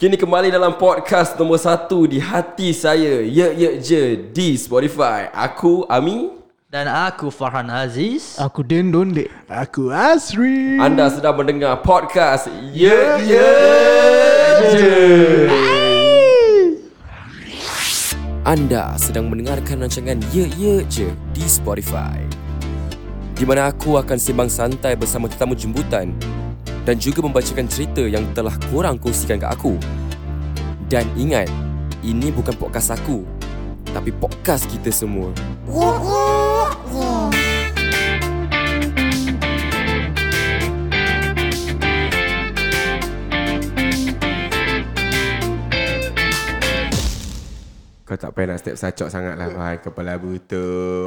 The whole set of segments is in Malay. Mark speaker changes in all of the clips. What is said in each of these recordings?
Speaker 1: Kini kembali dalam podcast nombor satu di hati saya Ye Ye Je di Spotify Aku Ami
Speaker 2: Dan aku Farhan Aziz.
Speaker 3: Aku dendon dek
Speaker 4: Aku Asri
Speaker 1: Anda sedang mendengar podcast Ye Ye Je Anda sedang mendengarkan rancangan Ye Ye Je di Spotify Di mana aku akan sembang santai bersama tetamu jemputan Dan juga membacakan cerita yang telah korang kongsikan ke aku Dan ingat, ini bukan podcast aku Tapi podcast kita semua Kau tak payah nak step sacok sangat lah Faham Kepala buta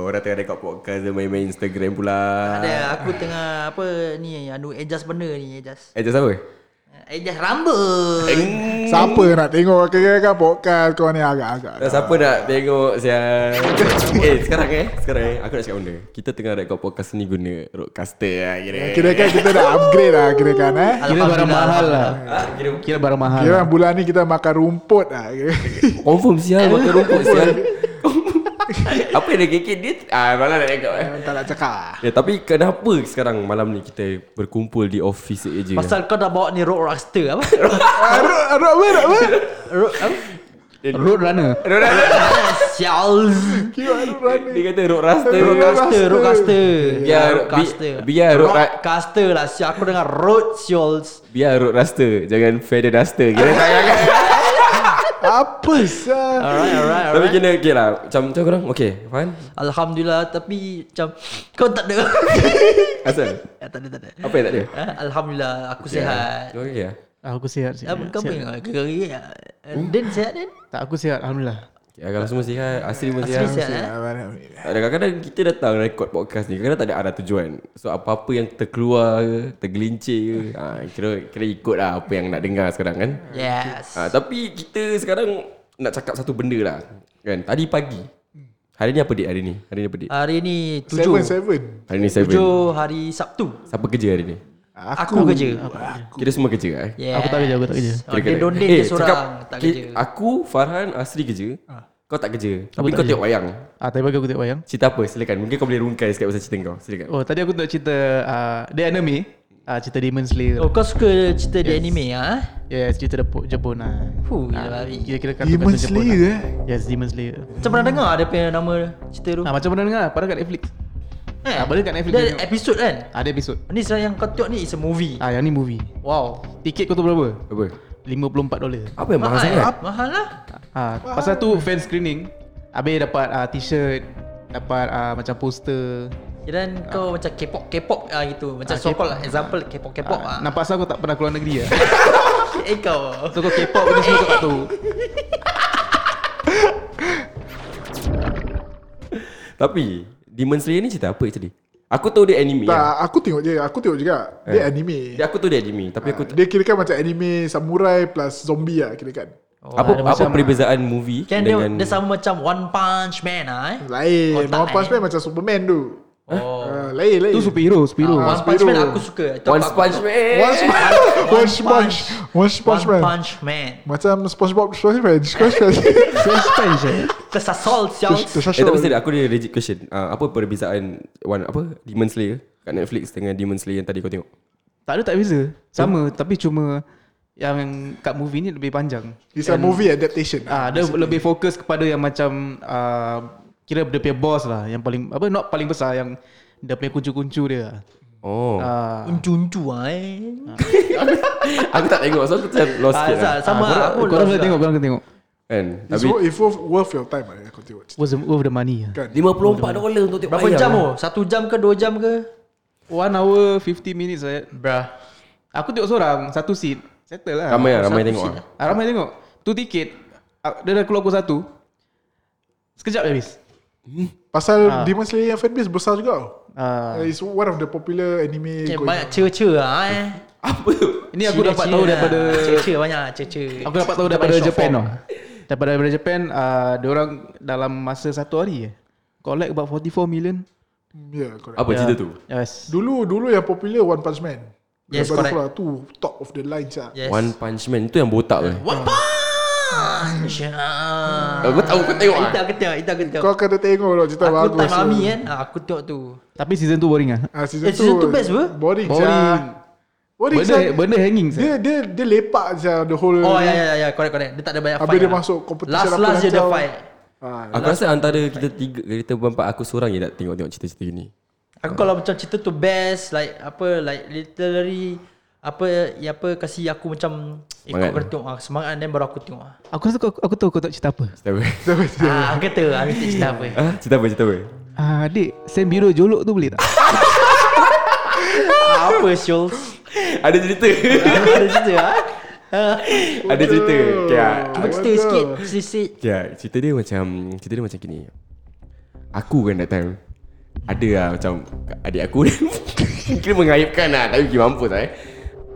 Speaker 1: Orang tengah dekat podcast Dia main-main Instagram pula
Speaker 2: Ada aku tengah apa ni anu adjust benda ni adjust.
Speaker 1: Eh just apa?
Speaker 2: Adjust rambut.
Speaker 4: Siapa nak tengok Kira-kira podcast Kau ni
Speaker 1: Tak
Speaker 4: agak-agak
Speaker 1: Eh, siapa nak tengok sial Eh sekarang eh Sekarang eh Aku nak cakap benda Kita tengah rekod podcast ni guna Roadcaster lah kira
Speaker 4: Kira kan kita dah upgrade lah Kira kan eh
Speaker 3: Kira barang mahal lah
Speaker 1: Ah, Kira
Speaker 3: Kira barang mahal
Speaker 4: Kira lah. bulan ni kita makan rumput lah kira.
Speaker 1: Confirm sial Makan rumput sial Apa yang dia kekek dia Ah malah nak rekod eh
Speaker 4: Tak nak cakap
Speaker 1: Ya, tapi kenapa sekarang malam ni kita berkumpul di office je?
Speaker 2: Pasal kau dah bawa ni road roster apa?
Speaker 4: Arut Arut apa Arut apa
Speaker 2: road apa?
Speaker 3: Road runner
Speaker 2: Sials.
Speaker 4: Kira Arut Rani
Speaker 1: dia kata road raster.
Speaker 2: Roadcaster, roadcaster.
Speaker 1: Biar-
Speaker 2: roadcaster.
Speaker 1: bi- biar road-
Speaker 2: roadcaster lah. Sial aku dengar road sials.
Speaker 1: Biar road raster, jangan feather duster. Kira tak kan?
Speaker 4: Apa sah
Speaker 2: Alright, alright,
Speaker 1: Tapi
Speaker 2: alright.
Speaker 1: kena okay lah. Macam macam korang, okay, fine.
Speaker 2: Alhamdulillah tapi macam kau tak ada.
Speaker 1: Asal?
Speaker 2: Ya, tak ada, tak ada.
Speaker 1: Apa yang tak ada?
Speaker 2: Eh, Alhamdulillah aku sihat.
Speaker 1: Kau okay lah?
Speaker 3: Aku sihat sihat,
Speaker 2: Apa kau
Speaker 3: sihat.
Speaker 2: pengen kegeri?
Speaker 3: Hmm?
Speaker 2: Din sihat Din?
Speaker 3: Tak aku sihat Alhamdulillah
Speaker 1: Ya, kalau semua sihat, Asri pun
Speaker 2: Asri
Speaker 1: sihat.
Speaker 2: sihat eh?
Speaker 4: Ya,
Speaker 1: Ada kadang-kadang kita datang rekod podcast ni Kadang-kadang tak ada arah tujuan So apa-apa yang terkeluar ke Tergelincir ke ha, kira, kira ikut lah apa yang nak dengar sekarang kan
Speaker 2: Yes.
Speaker 1: ha,
Speaker 3: Ah.
Speaker 1: Tapi kita sekarang nak cakap satu benda lah kan? Tadi pagi Hari ni apa date hari ni? Hari ni apa date?
Speaker 2: Hari ni
Speaker 4: Seven
Speaker 2: tujuh.
Speaker 4: seven
Speaker 1: Hari ni 7
Speaker 2: Tujuh hari Sabtu.
Speaker 1: Siapa kerja hari ni?
Speaker 2: Aku, kerja.
Speaker 1: Kira semua kerja lah eh?
Speaker 2: Yes.
Speaker 3: Aku tak kerja, aku tak kerja.
Speaker 2: Oh, dia
Speaker 3: Eh,
Speaker 2: donde dia seorang tak
Speaker 1: ki-
Speaker 2: kerja. Ah.
Speaker 1: Aku, Farhan, Asri kerja Kau tak kerja Tapi kau tengok wayang
Speaker 3: Ah, Tadi pagi aku tengok wayang
Speaker 1: Cerita apa? Silakan Mungkin kau boleh rungkai sikit pasal cerita kau Silakan
Speaker 3: Oh tadi aku tengok cerita uh, Dia anime uh, Cerita Demon Slayer
Speaker 2: Oh kau suka cerita yes. di anime ah? Ha?
Speaker 3: Ya yes, cerita Depo- Jepun lah
Speaker 2: Fuh, gila babi.
Speaker 3: Kira-kira
Speaker 4: Demon
Speaker 3: kartun-kartun Jepun
Speaker 4: Slayer
Speaker 3: lah.
Speaker 4: eh
Speaker 3: Yes Demon Slayer
Speaker 2: Macam pernah dengar dia punya nama cerita tu?
Speaker 3: ah, Macam mana dengar Padahal kat Netflix
Speaker 2: eh,
Speaker 3: ah, boleh kat Netflix
Speaker 2: Dia
Speaker 3: dia
Speaker 2: ada
Speaker 3: tengok.
Speaker 2: episod kan?
Speaker 3: Ada episod
Speaker 2: Ni sebenarnya yang kau tengok ni is a movie.
Speaker 3: Ah yang ni movie
Speaker 2: Wow.
Speaker 3: Tiket kau tu berapa?
Speaker 1: Apa? Eh,
Speaker 3: 54 dolar
Speaker 1: Apa yang mahal
Speaker 2: eh?
Speaker 1: sangat?
Speaker 2: Mahal lah.
Speaker 3: Ah, pasal tu fan screening. Habis dapat ah, t-shirt, dapat ah, macam poster.
Speaker 2: Kira kau macam K-pop K-pop ah gitu. Macam
Speaker 3: Ah,
Speaker 2: so called
Speaker 3: K-pop.
Speaker 2: example K-pop K-pop
Speaker 3: Ah,
Speaker 2: ah.
Speaker 3: nampak asal aku tak pernah keluar negeri ah.
Speaker 2: Eh kau.
Speaker 3: So kau K-pop benda semua kau tak tahu.
Speaker 1: Tapi Demon Slayer ni cerita apa actually? Aku tahu dia anime
Speaker 4: Tak
Speaker 1: lah.
Speaker 4: aku tengok je Aku tengok juga Dia anime
Speaker 1: Dia aku tahu dia anime tapi aku tak,
Speaker 4: Dia kira kan macam anime Samurai plus zombie lah kira kan
Speaker 2: Oh,
Speaker 1: apa
Speaker 2: ada
Speaker 1: apa
Speaker 2: macam-
Speaker 1: perbezaan movie
Speaker 2: Kan dia,
Speaker 1: dengan
Speaker 2: dia sama macam One Punch Man ah eh.
Speaker 4: Lain
Speaker 2: Otak,
Speaker 4: One Punch
Speaker 2: eh.
Speaker 4: Man macam Superman tu
Speaker 2: Oh.
Speaker 4: Ah, Lain lain
Speaker 3: Tu superhero, superhero.
Speaker 2: One
Speaker 4: Ah,
Speaker 2: Punch Man
Speaker 4: Spiro.
Speaker 2: aku suka. Itu
Speaker 1: One
Speaker 2: aku-
Speaker 1: Punch Man.
Speaker 4: One Punch One Punch One Punch
Speaker 2: One
Speaker 4: Man
Speaker 2: Punch Man.
Speaker 4: Macam SpongeBob SquarePants SquarePants
Speaker 3: French Punch eh.
Speaker 2: Tersasol sial.
Speaker 1: Eh tapi serius aku ada legit question. Uh, apa perbezaan one apa Demon Slayer kat Netflix dengan Demon Slayer yang tadi kau tengok?
Speaker 3: Tak ada tak beza. Sama tapi cuma yang kat movie ni lebih panjang.
Speaker 4: It's a movie adaptation
Speaker 3: Ah, dia lebih fokus kepada yang macam ah, kira dia punya boss lah yang paling apa not paling besar yang dia punya kuncu-kuncu dia. lah.
Speaker 1: Oh. Uh,
Speaker 3: Ah,
Speaker 2: Uncu-uncu ah eh.
Speaker 1: aku tak tengok so aku macam lost sikit
Speaker 2: Ah,
Speaker 1: lah.
Speaker 2: sama
Speaker 3: korang-
Speaker 2: aku
Speaker 3: korang boleh
Speaker 2: juga.
Speaker 3: tengok, korang boleh tengok.
Speaker 1: Kan?
Speaker 4: It's
Speaker 1: Tapi
Speaker 4: worth, it's worth, worth your time lah Kau tengok cerita.
Speaker 3: Worth the, worth the money. ah.
Speaker 4: Kan
Speaker 1: 54 dolar untuk tengok
Speaker 2: Berapa
Speaker 1: wayang.
Speaker 2: jam tu? Satu jam ke dua jam ke?
Speaker 3: Eh, One hour 50 minutes saya.
Speaker 2: Bruh
Speaker 3: Aku tengok seorang Satu seat Settle lah
Speaker 1: Ramai lah, ramai
Speaker 2: Satu
Speaker 1: tengok
Speaker 2: scene
Speaker 1: lah.
Speaker 3: ah, Ramai tengok Tu tiket ah, Dia dah keluar pukul satu Sekejap je habis
Speaker 4: Pasal Demon Slayer yang fanbase besar juga tau
Speaker 3: ah,
Speaker 4: It's one of the popular anime
Speaker 2: Okay,
Speaker 4: going
Speaker 2: banyak cerca lah eh
Speaker 1: Apa?
Speaker 3: Ini aku dapat tahu daripada
Speaker 2: Cerca banyak cerca
Speaker 3: Aku dapat tahu daripada Japan tau Daripada daripada Japan ah, Diorang dalam masa satu hari eh Collect about 44
Speaker 4: on.
Speaker 3: million
Speaker 4: Mm, Yeah correct
Speaker 1: Apa cerita tu?
Speaker 3: Yes
Speaker 4: Dulu dulu yang popular One Punch Man
Speaker 2: Yes,
Speaker 4: Daripada
Speaker 2: correct.
Speaker 4: Flora tu top of the line sah.
Speaker 2: Yes.
Speaker 5: One Punch Man tu yang botak tu.
Speaker 2: One punch. Ah.
Speaker 5: Aku tahu, aku tengok, ah.
Speaker 2: Itu aku tengok, itu aku tengok.
Speaker 4: Kau kena tengok lah cerita
Speaker 2: Aku
Speaker 4: bagus.
Speaker 2: tak mami kan. Ah, Aku tengok tu.
Speaker 3: Tapi season tu boring ah.
Speaker 4: Ah, season
Speaker 2: Eh, season tu
Speaker 4: tu
Speaker 2: best apa?
Speaker 4: Boring
Speaker 3: Boring.
Speaker 4: sah. Boring
Speaker 3: Benda
Speaker 4: sah.
Speaker 3: benda hanging
Speaker 4: Dia
Speaker 3: sah.
Speaker 4: dia dia lepak sah the whole.
Speaker 2: Oh ya ya ya, ya, correct correct. Dia tak ada banyak
Speaker 4: Habis
Speaker 2: fight.
Speaker 4: dia
Speaker 2: lah.
Speaker 4: masuk competition
Speaker 2: Last
Speaker 4: apa
Speaker 2: last je dia
Speaker 4: kacau.
Speaker 2: fight.
Speaker 4: Ah,
Speaker 5: Aku rasa antara kita tiga, kita berempat aku seorang je tak tengok-tengok cerita-cerita ni.
Speaker 2: Aku kalau macam cerita tu best like apa like literally apa ya apa kasi aku macam eh,
Speaker 5: Semangat.
Speaker 2: kau kena tengok ah, semangat then baru aku tengok ah.
Speaker 3: Aku rasa kau, aku tahu kau tak cerita apa.
Speaker 5: Cerita apa?
Speaker 2: Ah, aku kata ah, aku tak cerita apa.
Speaker 5: Ha? Cerita apa? Cerita apa?
Speaker 3: Ah, adik, Sam Biro jolok tu boleh tak?
Speaker 2: Ah, apa Shoals?
Speaker 5: Ada cerita.
Speaker 2: Ada cerita ah. Ah.
Speaker 5: Ada cerita. Okay, ah.
Speaker 2: Cuba cerita
Speaker 4: Bodoh.
Speaker 2: sikit, sikit.
Speaker 5: okay, ah. cerita dia macam cerita dia macam gini. Aku kan that time ada lah macam adik aku kira mengayapkan lah tapi pergi mampus lah eh.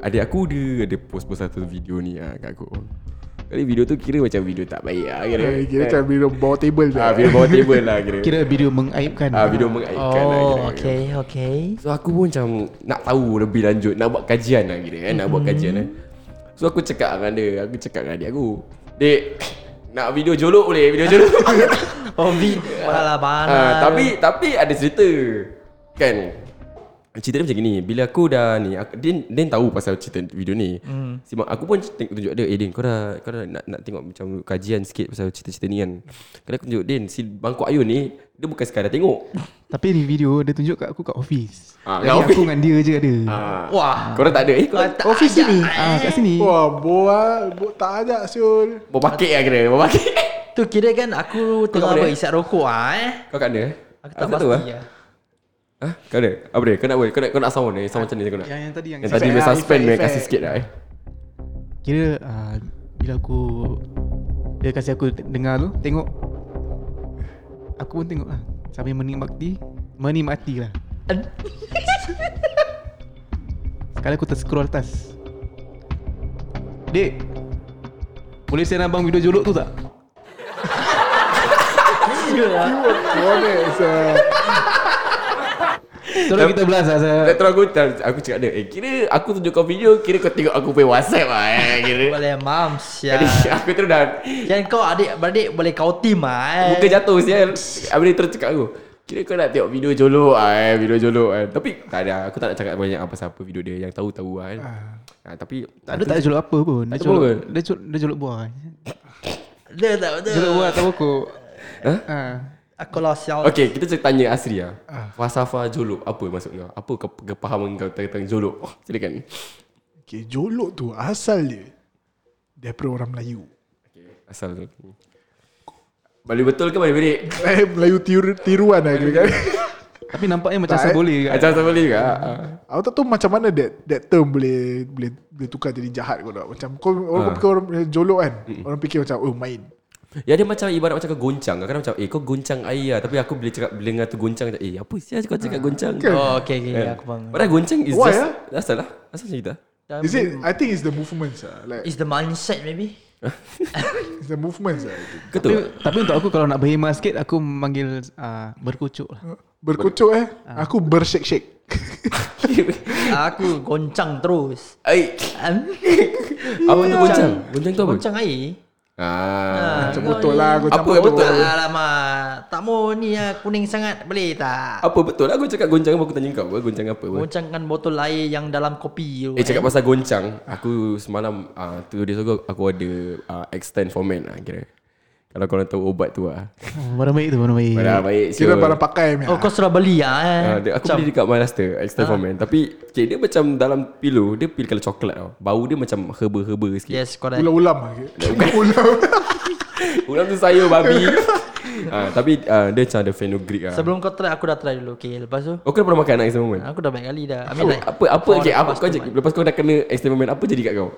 Speaker 5: Adik aku dia ada post-post satu video ni lah kat aku. Kali video tu kira macam video tak baik lah kira.
Speaker 4: Eh, Kira macam bila bawah table
Speaker 5: Ah,
Speaker 4: je.
Speaker 5: video bawah table lah kira.
Speaker 3: Kira video mengaibkan.
Speaker 5: Ah, video
Speaker 4: Kan,
Speaker 5: mengayapkan lah kira.
Speaker 2: Oh, okay, okay.
Speaker 5: So aku pun macam nak tahu lebih lanjut Nak buat kajian lah kira kan Nak buat kajian lah So aku cakap dengan dia Aku cakap dengan adik aku Dek Nak video jolok boleh Video jolok
Speaker 2: Oh, vi. Alah,
Speaker 5: Ah,
Speaker 2: bana.
Speaker 5: Tapi tapi ada cerita Kan Cerita dia macam gini Bila aku dah ni aku, Din, Din tahu pasal cerita video ni hmm. Simak Aku pun teng- tunjuk dia Eh Din kau dah, kau dah nak, nak tengok macam Kajian sikit pasal cerita-cerita ni kan Kalau aku tunjuk Din Si Bangkok Ayun ni Dia bukan sekadar tengok
Speaker 3: Tapi ni video dia tunjuk kat aku kat office.
Speaker 5: Ah,
Speaker 3: Jadi
Speaker 5: kat
Speaker 3: aku dengan dia je ada.
Speaker 5: ah.
Speaker 2: Wah.
Speaker 5: Korang tak ada eh
Speaker 2: Kau
Speaker 5: Korang
Speaker 2: tak
Speaker 4: Office
Speaker 2: ajak.
Speaker 4: sini.
Speaker 3: Ah, kat sini.
Speaker 4: Wah, boa, bo, tak ajak siul.
Speaker 5: Bawa paket lah kira Bawa paket
Speaker 2: Tu kira kan aku tengah
Speaker 5: boleh?
Speaker 2: apa isap rokok ah eh.
Speaker 5: Kau kat mana?
Speaker 2: Aku tak
Speaker 5: tahu
Speaker 2: pasti
Speaker 5: ah.
Speaker 2: ah.
Speaker 5: Ha? Kau ada? Apa dia? Kau nak apa? Kau nak, kau nak sound ni? Sound macam ni kau nak?
Speaker 3: Yang yang tadi yang
Speaker 5: Yang tadi
Speaker 4: Effect
Speaker 5: main
Speaker 4: lah,
Speaker 5: suspend
Speaker 4: effect,
Speaker 5: main kasih
Speaker 4: effect.
Speaker 5: sikit lah eh
Speaker 3: Kira uh, bila aku dia kasi aku te- dengar tu, tengok. Aku pun tengok lah. Sambil menikmati, menikmati lah. Sekali aku terscroll atas. Dek, boleh send abang video jolok tu tak?
Speaker 2: ah.
Speaker 4: Bonek sah.
Speaker 3: Terus kita belas lah. Saya.
Speaker 5: Tak tahu aku Aku cakap dia Eh kira aku tunjuk kau video Kira kau tengok aku punya whatsapp lah eh Kira
Speaker 2: Boleh mam
Speaker 5: Jadi
Speaker 2: sial.
Speaker 5: aku terus dah
Speaker 2: Kan kau adik beradik boleh kau tim ah.
Speaker 5: Muka jatuh sial Habis dia terus cakap aku Kira kau nak tengok video jolok lah eh Video jolok kan Tapi tak ada Aku tak nak cakap banyak apa pasal apa video dia Yang tahu-tahu lah kan ha, Tapi
Speaker 3: Tak ada tak jolok apa pun. Dia
Speaker 5: Tak ada
Speaker 3: jolok,
Speaker 5: pun.
Speaker 3: dia jolok, dia jolok buah.
Speaker 2: Dia tak
Speaker 3: Jolok
Speaker 2: betul.
Speaker 3: buah atau rokok.
Speaker 5: Ha?
Speaker 3: Ah.
Speaker 2: Aku lah sial.
Speaker 5: Okay kita cakap tanya Asri lah Falsafah jolok Apa maksud kau? Apa kau kepahaman kau tentang jolok? Oh, silakan
Speaker 4: Okay, jolok tu asal dia daripada orang Melayu.
Speaker 5: Asal tu Balik betul ke balik berik?
Speaker 4: Eh, Melayu tiru, tiruan lah kira kan.
Speaker 3: Tapi nampaknya macam
Speaker 4: Tak,
Speaker 3: saya
Speaker 4: eh.
Speaker 3: boleh juga.
Speaker 5: Macam sama balik juga ah.
Speaker 4: Aku tak tahu macam mana that, that term boleh boleh boleh tukar jadi jahat kau tak. Macam kau
Speaker 3: Ah.
Speaker 4: orang fikir orang jolok kan. Orang fikir macam oh main.
Speaker 5: Ya dia macam ibarat macam kau goncang Kadang macam Eh kau goncang air lah Tapi aku bila cakap Bila dengar tu goncang macam, Eh apa sih kau cakap goncang
Speaker 4: Kan?
Speaker 2: Oh, okay, okay,
Speaker 5: Eh.
Speaker 2: aku faham.
Speaker 5: Padahal goncang is
Speaker 4: Why,
Speaker 5: just
Speaker 4: ah?
Speaker 5: Asal lah Asal macam kita
Speaker 4: Is it I think it's the movements lah. Like
Speaker 2: Is the mindset maybe?
Speaker 4: it's the movements lah. I think.
Speaker 5: Kau tu
Speaker 3: Tapi, tapi untuk aku kalau nak berhemah sikit aku manggil uh, berkucuk lah.
Speaker 4: Berkocok eh.
Speaker 2: Ah.
Speaker 4: Aku bershake-shake.
Speaker 2: Aku goncang terus.
Speaker 5: Eh
Speaker 2: Am?
Speaker 5: Apa tu goncang? Goncang tu apa?
Speaker 2: Goncang air.
Speaker 5: Ah.
Speaker 4: Macam botol lah. Aku
Speaker 5: Apa
Speaker 4: campur
Speaker 5: betul?
Speaker 4: botol.
Speaker 2: Alamak. Tak mau ni ah kuning sangat boleh tak?
Speaker 5: Apa betul lah aku cakap goncang Aku tanya kau apa Goncang apa apa?
Speaker 2: Goncangkan botol air yang dalam kopi tu.
Speaker 5: Eh cakap pasal goncang Aku semalam ah, Tu dia suruh aku ada ah, Extend format lah kira Kalau korang tahu obat tu lah
Speaker 3: Oh, barang baik tu, barang baik.
Speaker 5: Padahal baik
Speaker 4: Kira
Speaker 5: siul.
Speaker 4: barang pakai.
Speaker 2: Oh, kau sudah beli ah eh?
Speaker 5: Ah, dia, aku
Speaker 2: Macam-
Speaker 5: beli dekat Maharashtra Extra for men Tapi okay, Dia macam dalam pilu Dia pil kalau coklat tau Bau dia macam herba-herba sikit
Speaker 2: Yes, correct.
Speaker 4: Ulam-ulam lah. Ulam.
Speaker 5: Ulam tu sayur babi ah, Tapi ah, dia macam ada fenugreek lah
Speaker 2: Sebelum kau try, aku dah try dulu. Okay, lepas tu.
Speaker 5: Oh kau dah pernah makan anak experiment?
Speaker 2: Aku dah banyak kali dah. I mean
Speaker 5: Apa,
Speaker 2: like,
Speaker 5: apa, apa,
Speaker 2: oh,
Speaker 5: okay,
Speaker 2: dah
Speaker 5: apa
Speaker 2: lepas
Speaker 5: kau
Speaker 2: tu,
Speaker 5: jadi,
Speaker 2: man.
Speaker 5: lepas kau dah kena experiment apa jadi kat kau?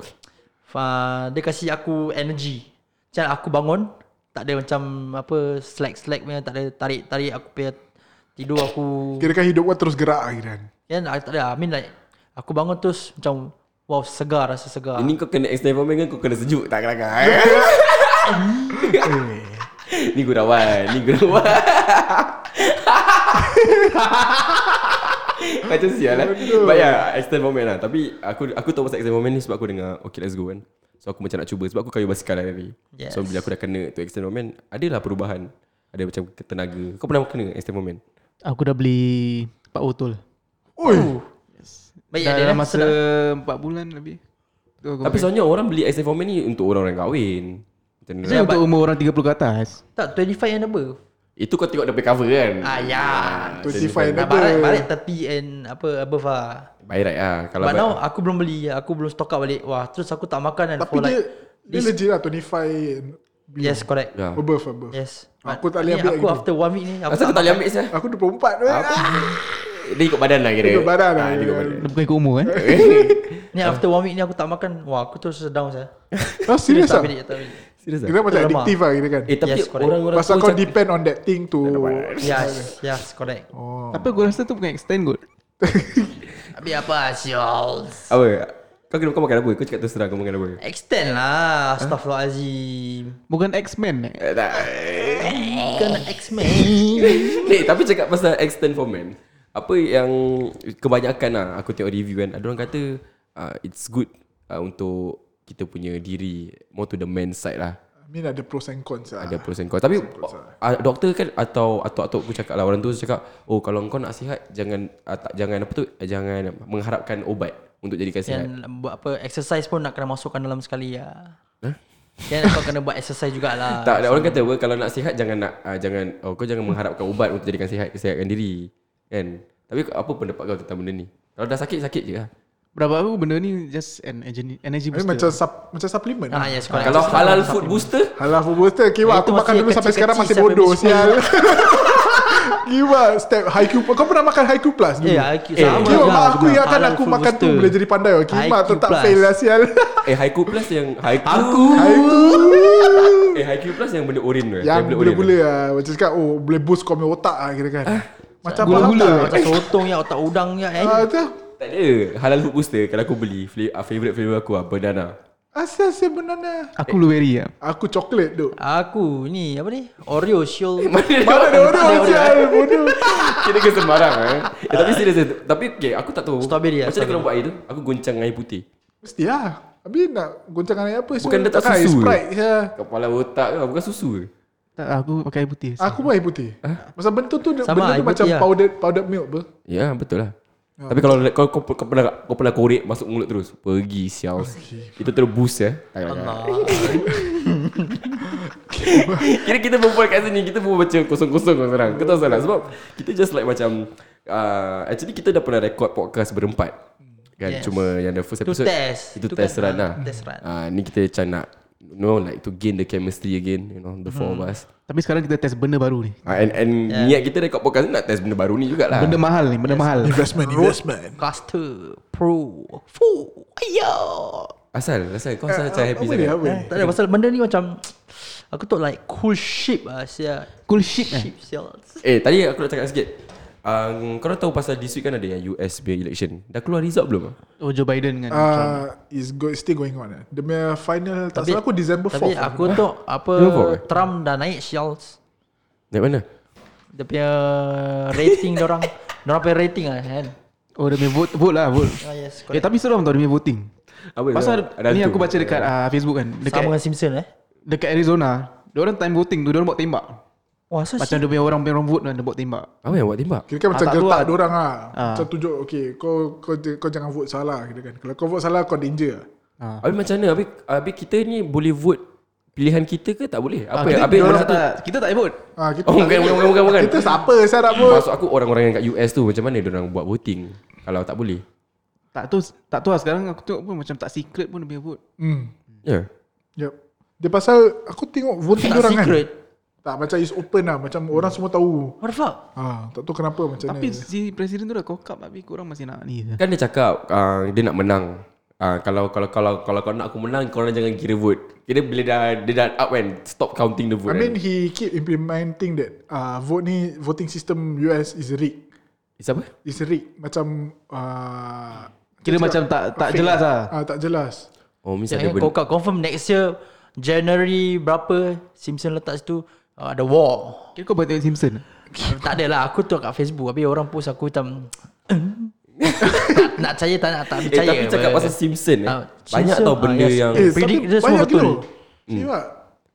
Speaker 2: Fa- dia kasi aku energy. Macam aku bangun, tak ada macam apa slack-slack punya, tak ada tarik-tarik aku punya tidur aku.
Speaker 4: Kira kan hidup kau terus gerak lah kira.
Speaker 2: Kan aku tak ada. I mean like aku bangun terus macam wow segar rasa segar.
Speaker 5: Ini kau kena experiment kan kau kena sejuk tak kelakar eh? Ni gurauan, ni gurauan Macam sial lah
Speaker 4: Bodoh.
Speaker 5: But yeah Extend moment lah Tapi aku aku tahu pasal extend moment ni Sebab aku dengar Okay let's go kan So aku macam nak cuba Sebab aku kayu basikal lah tadi
Speaker 2: Yes.
Speaker 5: So bila aku dah kena tu extend moment Adalah perubahan Ada macam tenaga Kau pernah kena extend moment
Speaker 3: Aku dah beli 4 botol
Speaker 4: Oi.
Speaker 2: Oh. Baik
Speaker 3: Dah
Speaker 2: ada
Speaker 3: dalam
Speaker 2: lah,
Speaker 3: masa
Speaker 2: sedap.
Speaker 3: 4 bulan lebih tu
Speaker 5: Tapi
Speaker 3: aku eh? Tapi
Speaker 5: sebenarnya orang beli extend moment ni Untuk orang yang kahwin Macam mana lah.
Speaker 3: Saya untuk umur orang 30 ke atas
Speaker 2: Tak 25 and above
Speaker 5: Itu kau tengok depan cover kan
Speaker 2: Ah ya
Speaker 4: 25
Speaker 2: Nah,
Speaker 4: and
Speaker 2: barat,
Speaker 4: above.
Speaker 2: barat 30 and apa above lah
Speaker 5: By right lah Kalau
Speaker 2: But
Speaker 5: by-
Speaker 2: now aku belum beli Aku belum stock up balik Wah terus aku tak makan kan
Speaker 4: Tapi
Speaker 2: for
Speaker 4: dia
Speaker 2: like
Speaker 4: dia
Speaker 2: this-
Speaker 4: legit lah 25 and
Speaker 2: Yes correct
Speaker 5: Ya.
Speaker 4: above above.
Speaker 2: Yes
Speaker 4: Aku
Speaker 2: But
Speaker 4: tak boleh
Speaker 2: ni
Speaker 4: ambil
Speaker 2: Aku
Speaker 4: lagi.
Speaker 2: after one week ni aku
Speaker 5: Asal kau tak boleh ambil sah
Speaker 4: Aku 24 weh.
Speaker 5: Apa? Dia ikut badan lah kira
Speaker 4: Ikut badan lah.
Speaker 5: Ah, Dia ikut badan
Speaker 3: Dia bukan ikut umur kan
Speaker 4: Ya.
Speaker 2: Ni after one week ni aku tak makan Wah aku terus down saya
Speaker 4: Ah serius
Speaker 2: tak
Speaker 4: ah.
Speaker 2: ambil tak ambil
Speaker 5: Serius
Speaker 4: Kira macam
Speaker 2: Lemah.
Speaker 4: addictive lah kira kan.
Speaker 5: Eh tapi
Speaker 2: Yes, correct.
Speaker 5: orang-orang
Speaker 4: Pasal
Speaker 5: tu
Speaker 4: kau
Speaker 5: macam-
Speaker 4: depend on that thing to
Speaker 2: Yes Yes correct
Speaker 4: Oh.
Speaker 3: Tapi aku rasa tu bukan extend kot
Speaker 2: Ambil apa Syals
Speaker 5: Apa? Kau kena kau makan apa? Kau cakap terus terang kau makan apa?
Speaker 2: Extend lah Astaghfirullahalazim
Speaker 3: Bukan X-Men eh?
Speaker 5: Eh, tak.
Speaker 2: Kena X-Men
Speaker 5: Eh, tapi cakap pasal extend for men. Apa yang kebanyakan lah aku tengok review kan. Ada orang kata uh, it's good uh, untuk kita punya diri more to the men side lah.
Speaker 4: I mean ada pros and cons lah.
Speaker 5: Ah, Ada pros and cons. Tapi uh, doktor kan atau atau atuk aku cakap lah orang tu cakap, "Oh, kalau kau nak sihat jangan uh, tak, jangan apa tu jangan mengharapkan obat untuk jadikan sihat."
Speaker 2: Dan buat apa Exercise pun nak kena masukkan dalam sekali lah Dan kau kena buat exercise jugalah
Speaker 5: Tak, ada orang kata apa kalau nak sihat jangan nak uh, jangan oh, kau jangan mengharapkan ubat untuk jadikan sihat sihatkan diri. Kan? Tapi apa pendapat kau tentang benda ni? Kalau dah sakit sakit je lah.
Speaker 3: Berapa aku benda ni just an energy, energy
Speaker 4: I mean,
Speaker 3: booster
Speaker 4: macam sup, macam lah. suplemen.
Speaker 2: Ah yes correct
Speaker 5: Kalau halal food booster
Speaker 4: Halal food booster Kiwa
Speaker 2: Itu
Speaker 4: aku
Speaker 2: masih
Speaker 4: makan dulu sampai
Speaker 2: kecil-kecil
Speaker 4: sekarang masih
Speaker 2: sampai
Speaker 4: bodoh
Speaker 2: miskin.
Speaker 4: Sial Kiwa step Haiku Kau pernah makan Haiku Plus dulu?
Speaker 2: Ya, IQ sama
Speaker 4: Kiwa
Speaker 2: lah.
Speaker 4: mak aku ingatkan
Speaker 2: Halal
Speaker 4: aku
Speaker 2: food
Speaker 4: makan tu
Speaker 2: booster.
Speaker 4: Boleh jadi pandai Kiwa
Speaker 2: IQ
Speaker 4: tetap
Speaker 2: plus.
Speaker 4: fail lah sial
Speaker 5: Eh Haiku Plus yang Haiku
Speaker 4: Haiku
Speaker 5: Eh Haiku Plus yang benda orin tu eh?
Speaker 4: Yang
Speaker 5: orin
Speaker 4: gula-gula lah Macam cakap Oh boleh boost kau punya otak lah kira kan Macam faham
Speaker 3: gula-gula.
Speaker 4: tak?
Speaker 2: Eh, Macam sotong ya Otak udang ya eh.
Speaker 4: Ah, tu.
Speaker 5: Tak ada Halal food booster Kalau aku beli fla- ah, Favourite flavour aku lah Banana
Speaker 4: Asal sebenarnya
Speaker 3: Aku blueberry lah
Speaker 4: Aku coklat tu
Speaker 2: Aku ni apa ni Oreo Shield
Speaker 5: Eh,
Speaker 4: Mana ada orang sial Ah. Bodoh
Speaker 5: Kira ke sembarang eh? eh Tapi serius eh, Tapi okay Aku tak tahu
Speaker 2: Strawberry lah,
Speaker 5: Macam mana kau buat air tu Aku goncang air putih
Speaker 4: Mesti lah Habis nak goncang air apa
Speaker 5: Bukan letak
Speaker 4: Takkan air
Speaker 5: susu ke?
Speaker 4: Sprite ya. sial.
Speaker 5: Kepala otak ke Bukan susu ke
Speaker 3: tak, Aku pakai air putih
Speaker 4: Aku pun air putih. Ha? Masa bentuk tu
Speaker 2: Sama,
Speaker 4: Sama, benda
Speaker 2: air
Speaker 4: tu macam
Speaker 2: putih lah.
Speaker 4: powdered powdered milk apa.
Speaker 5: Ya betul lah Tapi kalau kau, kau, kau, pernah kau pernah korek masuk mulut terus Pergi sial Itu terbus eh Tak, tak, tak. Kira kita berbual kat sini Kita pun baca kosong-kosong kau sekarang Kau tahu salah Sebab kita just like macam uh, Actually kita dah pernah record podcast berempat Kan
Speaker 2: Yes.
Speaker 5: yes. cuma yang the first
Speaker 2: Itu
Speaker 5: episode
Speaker 2: test.
Speaker 5: Itu
Speaker 2: Itu
Speaker 5: test
Speaker 2: kan,
Speaker 5: run
Speaker 2: ah,
Speaker 5: lah
Speaker 2: test run.
Speaker 5: Ah, Ni kita macam nak You know like to gain the chemistry again You know the four hmm. of us
Speaker 3: Tapi sekarang kita test benda baru ni
Speaker 5: Ah, And, and yeah. niat kita record podcast ni Nak test benda baru ni jugalah
Speaker 3: Benda mahal ni Benda mahal
Speaker 4: Investment, investment.
Speaker 2: Caster Pro Fu Ayo
Speaker 5: Asal Asal kau asal macam happy
Speaker 4: Apa
Speaker 5: sangat
Speaker 4: dia? Apa?
Speaker 2: Tak ada pasal benda ni macam Aku tu like cool ship lah sial
Speaker 3: Cool shit eh
Speaker 2: Ship sial
Speaker 5: Eh tadi aku nak cakap sikit um, Korang tahu pasal this week kan ada yang US punya election Dah keluar result belum?
Speaker 3: Oh Joe Biden dengan Trump
Speaker 4: Uh, is go, still going on. eh. Dia punya final tak salah aku December eh. 4th.
Speaker 2: Tapi aku tu apa
Speaker 5: Dia fourth eh?
Speaker 2: Trump dah naik Shields
Speaker 5: Naik mana?
Speaker 2: Dia punya rating orang Diorang punya rating lah kan
Speaker 3: Oh dia punya vote Vote lah vote
Speaker 2: Ah yes
Speaker 3: Eh
Speaker 2: correct
Speaker 3: tapi seram tau dia punya voting
Speaker 5: Apa
Speaker 3: Pasal ni
Speaker 5: hantu?
Speaker 3: aku baca dekat ah, Facebook kan
Speaker 2: Sama
Speaker 3: Dekat
Speaker 2: dengan Simpson eh
Speaker 3: dekat Arizona Dia orang time voting tu Dia orang buat tembak
Speaker 2: Wah so
Speaker 3: Macam dia punya orang punya orang vote kan Dia buat tembak
Speaker 5: Apa yang buat tembak?
Speaker 4: Kira kan macam
Speaker 3: Ah, tak
Speaker 4: gertak
Speaker 3: keluar.
Speaker 4: dia orang lah.
Speaker 3: Ah.
Speaker 4: Macam tunjuk, okay, kau, kau, kau jangan vote salah. Kira kan. Kalau kau vote salah, kau danger.
Speaker 3: Ah.
Speaker 5: Habis macam mana? Habis, habis kita ni boleh vote pilihan kita ke tak boleh?
Speaker 3: Ah,
Speaker 5: Apa yang
Speaker 3: kita,
Speaker 5: habis
Speaker 3: kita,
Speaker 5: mana
Speaker 3: tak,
Speaker 5: satu?
Speaker 3: kita tak vote
Speaker 4: Ah, kita
Speaker 5: Oh bukan bukan bukan bukan. bukan.
Speaker 4: Kita siapa saya nak vote.
Speaker 5: Maksud aku orang-orang yang kat US tu macam mana dia orang buat voting kalau tak boleh?
Speaker 3: Tak tu tak tahu lah sekarang aku tengok pun macam tak secret pun dia punya vote
Speaker 4: Hmm.
Speaker 5: Ya. Yeah.
Speaker 4: Yep. Dia pasal aku tengok voting
Speaker 2: Tak
Speaker 4: dia orang kan.
Speaker 2: secret
Speaker 4: Tak macam is open lah. Macam orang semua tahu.
Speaker 2: What the fuck
Speaker 4: Ah, tak tahu kenapa macam ni.
Speaker 3: Tapi si presiden tu dah kokap Tapi korang masih nak ni je.
Speaker 5: Kan dia cakap uh, dia nak menang. Uh, kalau kalau kalau kalau kau nak aku menang kau orang jangan kira vote. Kira bila dah dia dah up kan stop counting the vote.
Speaker 4: I mean
Speaker 5: kan.
Speaker 4: he keep implementing that uh, vote ni voting system US is rigged.
Speaker 5: It's apa?
Speaker 4: It's rigged Macam uh,
Speaker 3: Kira
Speaker 4: cakap-
Speaker 3: macam tak tak
Speaker 4: fake
Speaker 3: jelas lah
Speaker 4: Ah, tak jelas
Speaker 5: Oh means ada
Speaker 2: Jangan
Speaker 5: benda.
Speaker 2: kau kau confirm next year January berapa Simpson letak situ uh, Ada war
Speaker 3: Kira kau buat tengok Simpson
Speaker 2: Tak ada lah Aku tu kat Facebook Habis orang post aku macam tak, nak percaya tak nak tak
Speaker 5: Eh
Speaker 2: percaya.
Speaker 5: tapi cakap
Speaker 2: apa.
Speaker 5: pasal Simpson eh
Speaker 2: Ah,
Speaker 5: Banyak
Speaker 2: Simpson,
Speaker 5: tau
Speaker 2: ah,
Speaker 5: benda
Speaker 2: yes.
Speaker 5: yang
Speaker 4: Eh,
Speaker 2: Predict
Speaker 4: tapi
Speaker 2: dia semua
Speaker 4: banyak
Speaker 2: betul.
Speaker 4: gila. Simak.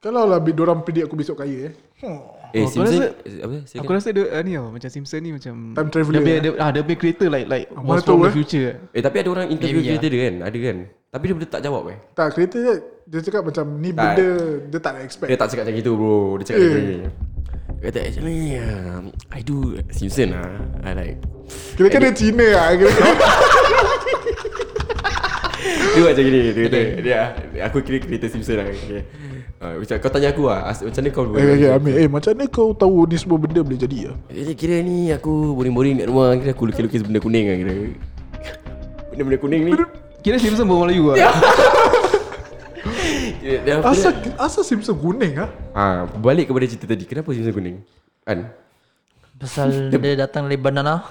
Speaker 4: Kalau lah bi- dorang predict aku besok kaya eh. Hmm.
Speaker 5: Eh
Speaker 3: Oh, kau
Speaker 5: Simpson
Speaker 3: rasa-
Speaker 5: eh, Apa
Speaker 3: Aku
Speaker 5: Second.
Speaker 3: rasa dia uh, ni tau Macam Simpson ni macam
Speaker 4: Time traveller,
Speaker 3: Dia punya,
Speaker 4: eh.
Speaker 3: dia, ah, dia punya creator like like
Speaker 4: Mana
Speaker 3: Was from
Speaker 4: tahu,
Speaker 3: the
Speaker 4: eh?
Speaker 3: future
Speaker 5: Eh tapi ada orang interview
Speaker 2: Maybe,
Speaker 5: kita dia kan Ada kan Tapi dia boleh tak jawab eh
Speaker 4: Tak, kereta dia, dia cakap macam ni
Speaker 5: Tak.
Speaker 4: benda dia tak nak expect.
Speaker 5: Dia tak cakap macam gitu bro Dia cakap
Speaker 4: Eh.
Speaker 5: macam ni Dia kata actually um, I do Simpson lah I like
Speaker 4: Kira kan dia Cina lah. Kira
Speaker 5: Dia buat macam gini Dia kata dia, Aku kira creator Simpson lah okay. uh, Macam kau tanya aku lah as- Macam mana kau buat
Speaker 4: okay, okay, Amir. Eh, macam mana kau tahu ni semua benda boleh jadi lah?
Speaker 5: Kira, "Eh, kira ni aku boring-boring kat rumah Kira aku lukis-lukis benda kuning lah kira Benda-benda kuning ni
Speaker 3: Kira Simpson berbual Melayu
Speaker 4: Ya,
Speaker 3: lah
Speaker 5: Kira, dia,
Speaker 4: Asal,
Speaker 5: kira,
Speaker 4: asal Simpson kuning lah?
Speaker 5: ha, Balik kepada cerita tadi Kenapa Simpson kuning? Kan?
Speaker 2: Pasal dia datang dari banana.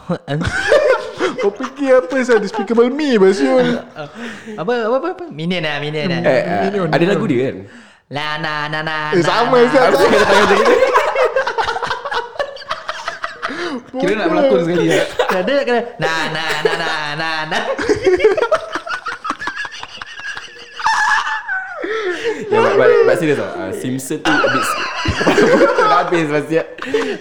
Speaker 4: Kau fikir apa saya Despicable Me Basyul
Speaker 2: apa apa apa, apa? Minion lah, minion lah.
Speaker 5: Eh, eh, ada lagu dia kan?
Speaker 2: La na na na.
Speaker 4: Eh
Speaker 2: na,
Speaker 4: sama
Speaker 2: na.
Speaker 4: saya tak
Speaker 5: Kata tangan macam kita
Speaker 3: Kira nak berlakon sekali lah
Speaker 2: Dia ada kena na na na na na na.
Speaker 5: Ya, but, but, but serious lah uh, Simpson tu a bit Dah habis lah siap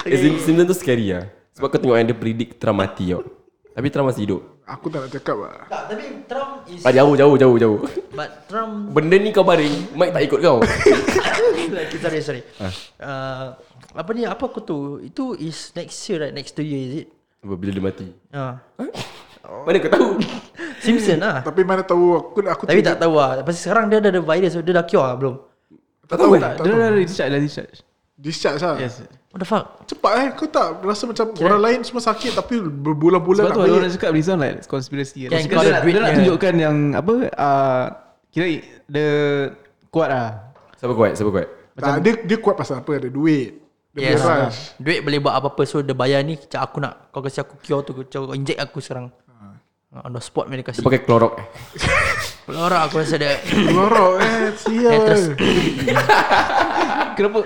Speaker 5: eh, Sim- Simpson tu scary lah Sebab kau tengok yang dia predict Trump mati tau Tapi Trump masih hidup
Speaker 4: Aku tak nak cakap lah
Speaker 2: Tak, tapi Trump is
Speaker 5: Ah, jauh, jauh, jauh, jauh
Speaker 2: but Trump
Speaker 5: Benda ni kau baring Mike tak ikut kau
Speaker 2: Okay, sorry, sorry.
Speaker 4: Ah.
Speaker 2: Uh, apa ni? Apa aku tu? Itu is next year, right? Next two year, is it?
Speaker 5: Apa Bila dia mati
Speaker 2: Uh.
Speaker 5: Mana kau tahu
Speaker 2: Simpson lah.
Speaker 4: Tapi mana tahu Aku aku
Speaker 2: Tapi tak tahu lah. Pasal sekarang dia dah ada virus. Dia dah cure lah belum?
Speaker 4: tak tahu tak,
Speaker 3: eh. Dia
Speaker 4: tahu.
Speaker 3: dah discharge dah discharge
Speaker 4: Discharge lah
Speaker 3: Yes
Speaker 2: What the fuck?
Speaker 4: Cepat eh Kau tak rasa macam Orang lain semua sakit Tapi berbulan-bulan
Speaker 3: Sebab
Speaker 4: nak
Speaker 3: tu ada
Speaker 4: balik.
Speaker 3: orang cakap This one like conspiracy
Speaker 2: Kan,
Speaker 3: Maksudnya
Speaker 2: kau
Speaker 3: dia,
Speaker 2: ada
Speaker 3: nak,
Speaker 2: duit
Speaker 3: dia nak
Speaker 2: dia.
Speaker 3: tunjukkan yang Apa ah, Kira dia Kuat lah
Speaker 5: Siapa kuat, siapa kuat
Speaker 4: tak, dia, dia kuat pasal apa Ada duit Dia
Speaker 2: Yes.
Speaker 4: yes. rush
Speaker 2: Duit boleh buat apa-apa. So, dia bayar ni. Macam aku nak. Kau kasi aku cure tu. Kau kau inject aku sekarang.
Speaker 4: Ah.
Speaker 2: Uh, on the spot mereka kasi.
Speaker 5: Dia pakai klorok
Speaker 2: Kalau orang aku rasa dia.
Speaker 4: Lorok eh
Speaker 2: Eh,
Speaker 4: Sial
Speaker 2: terus.
Speaker 3: Kenapa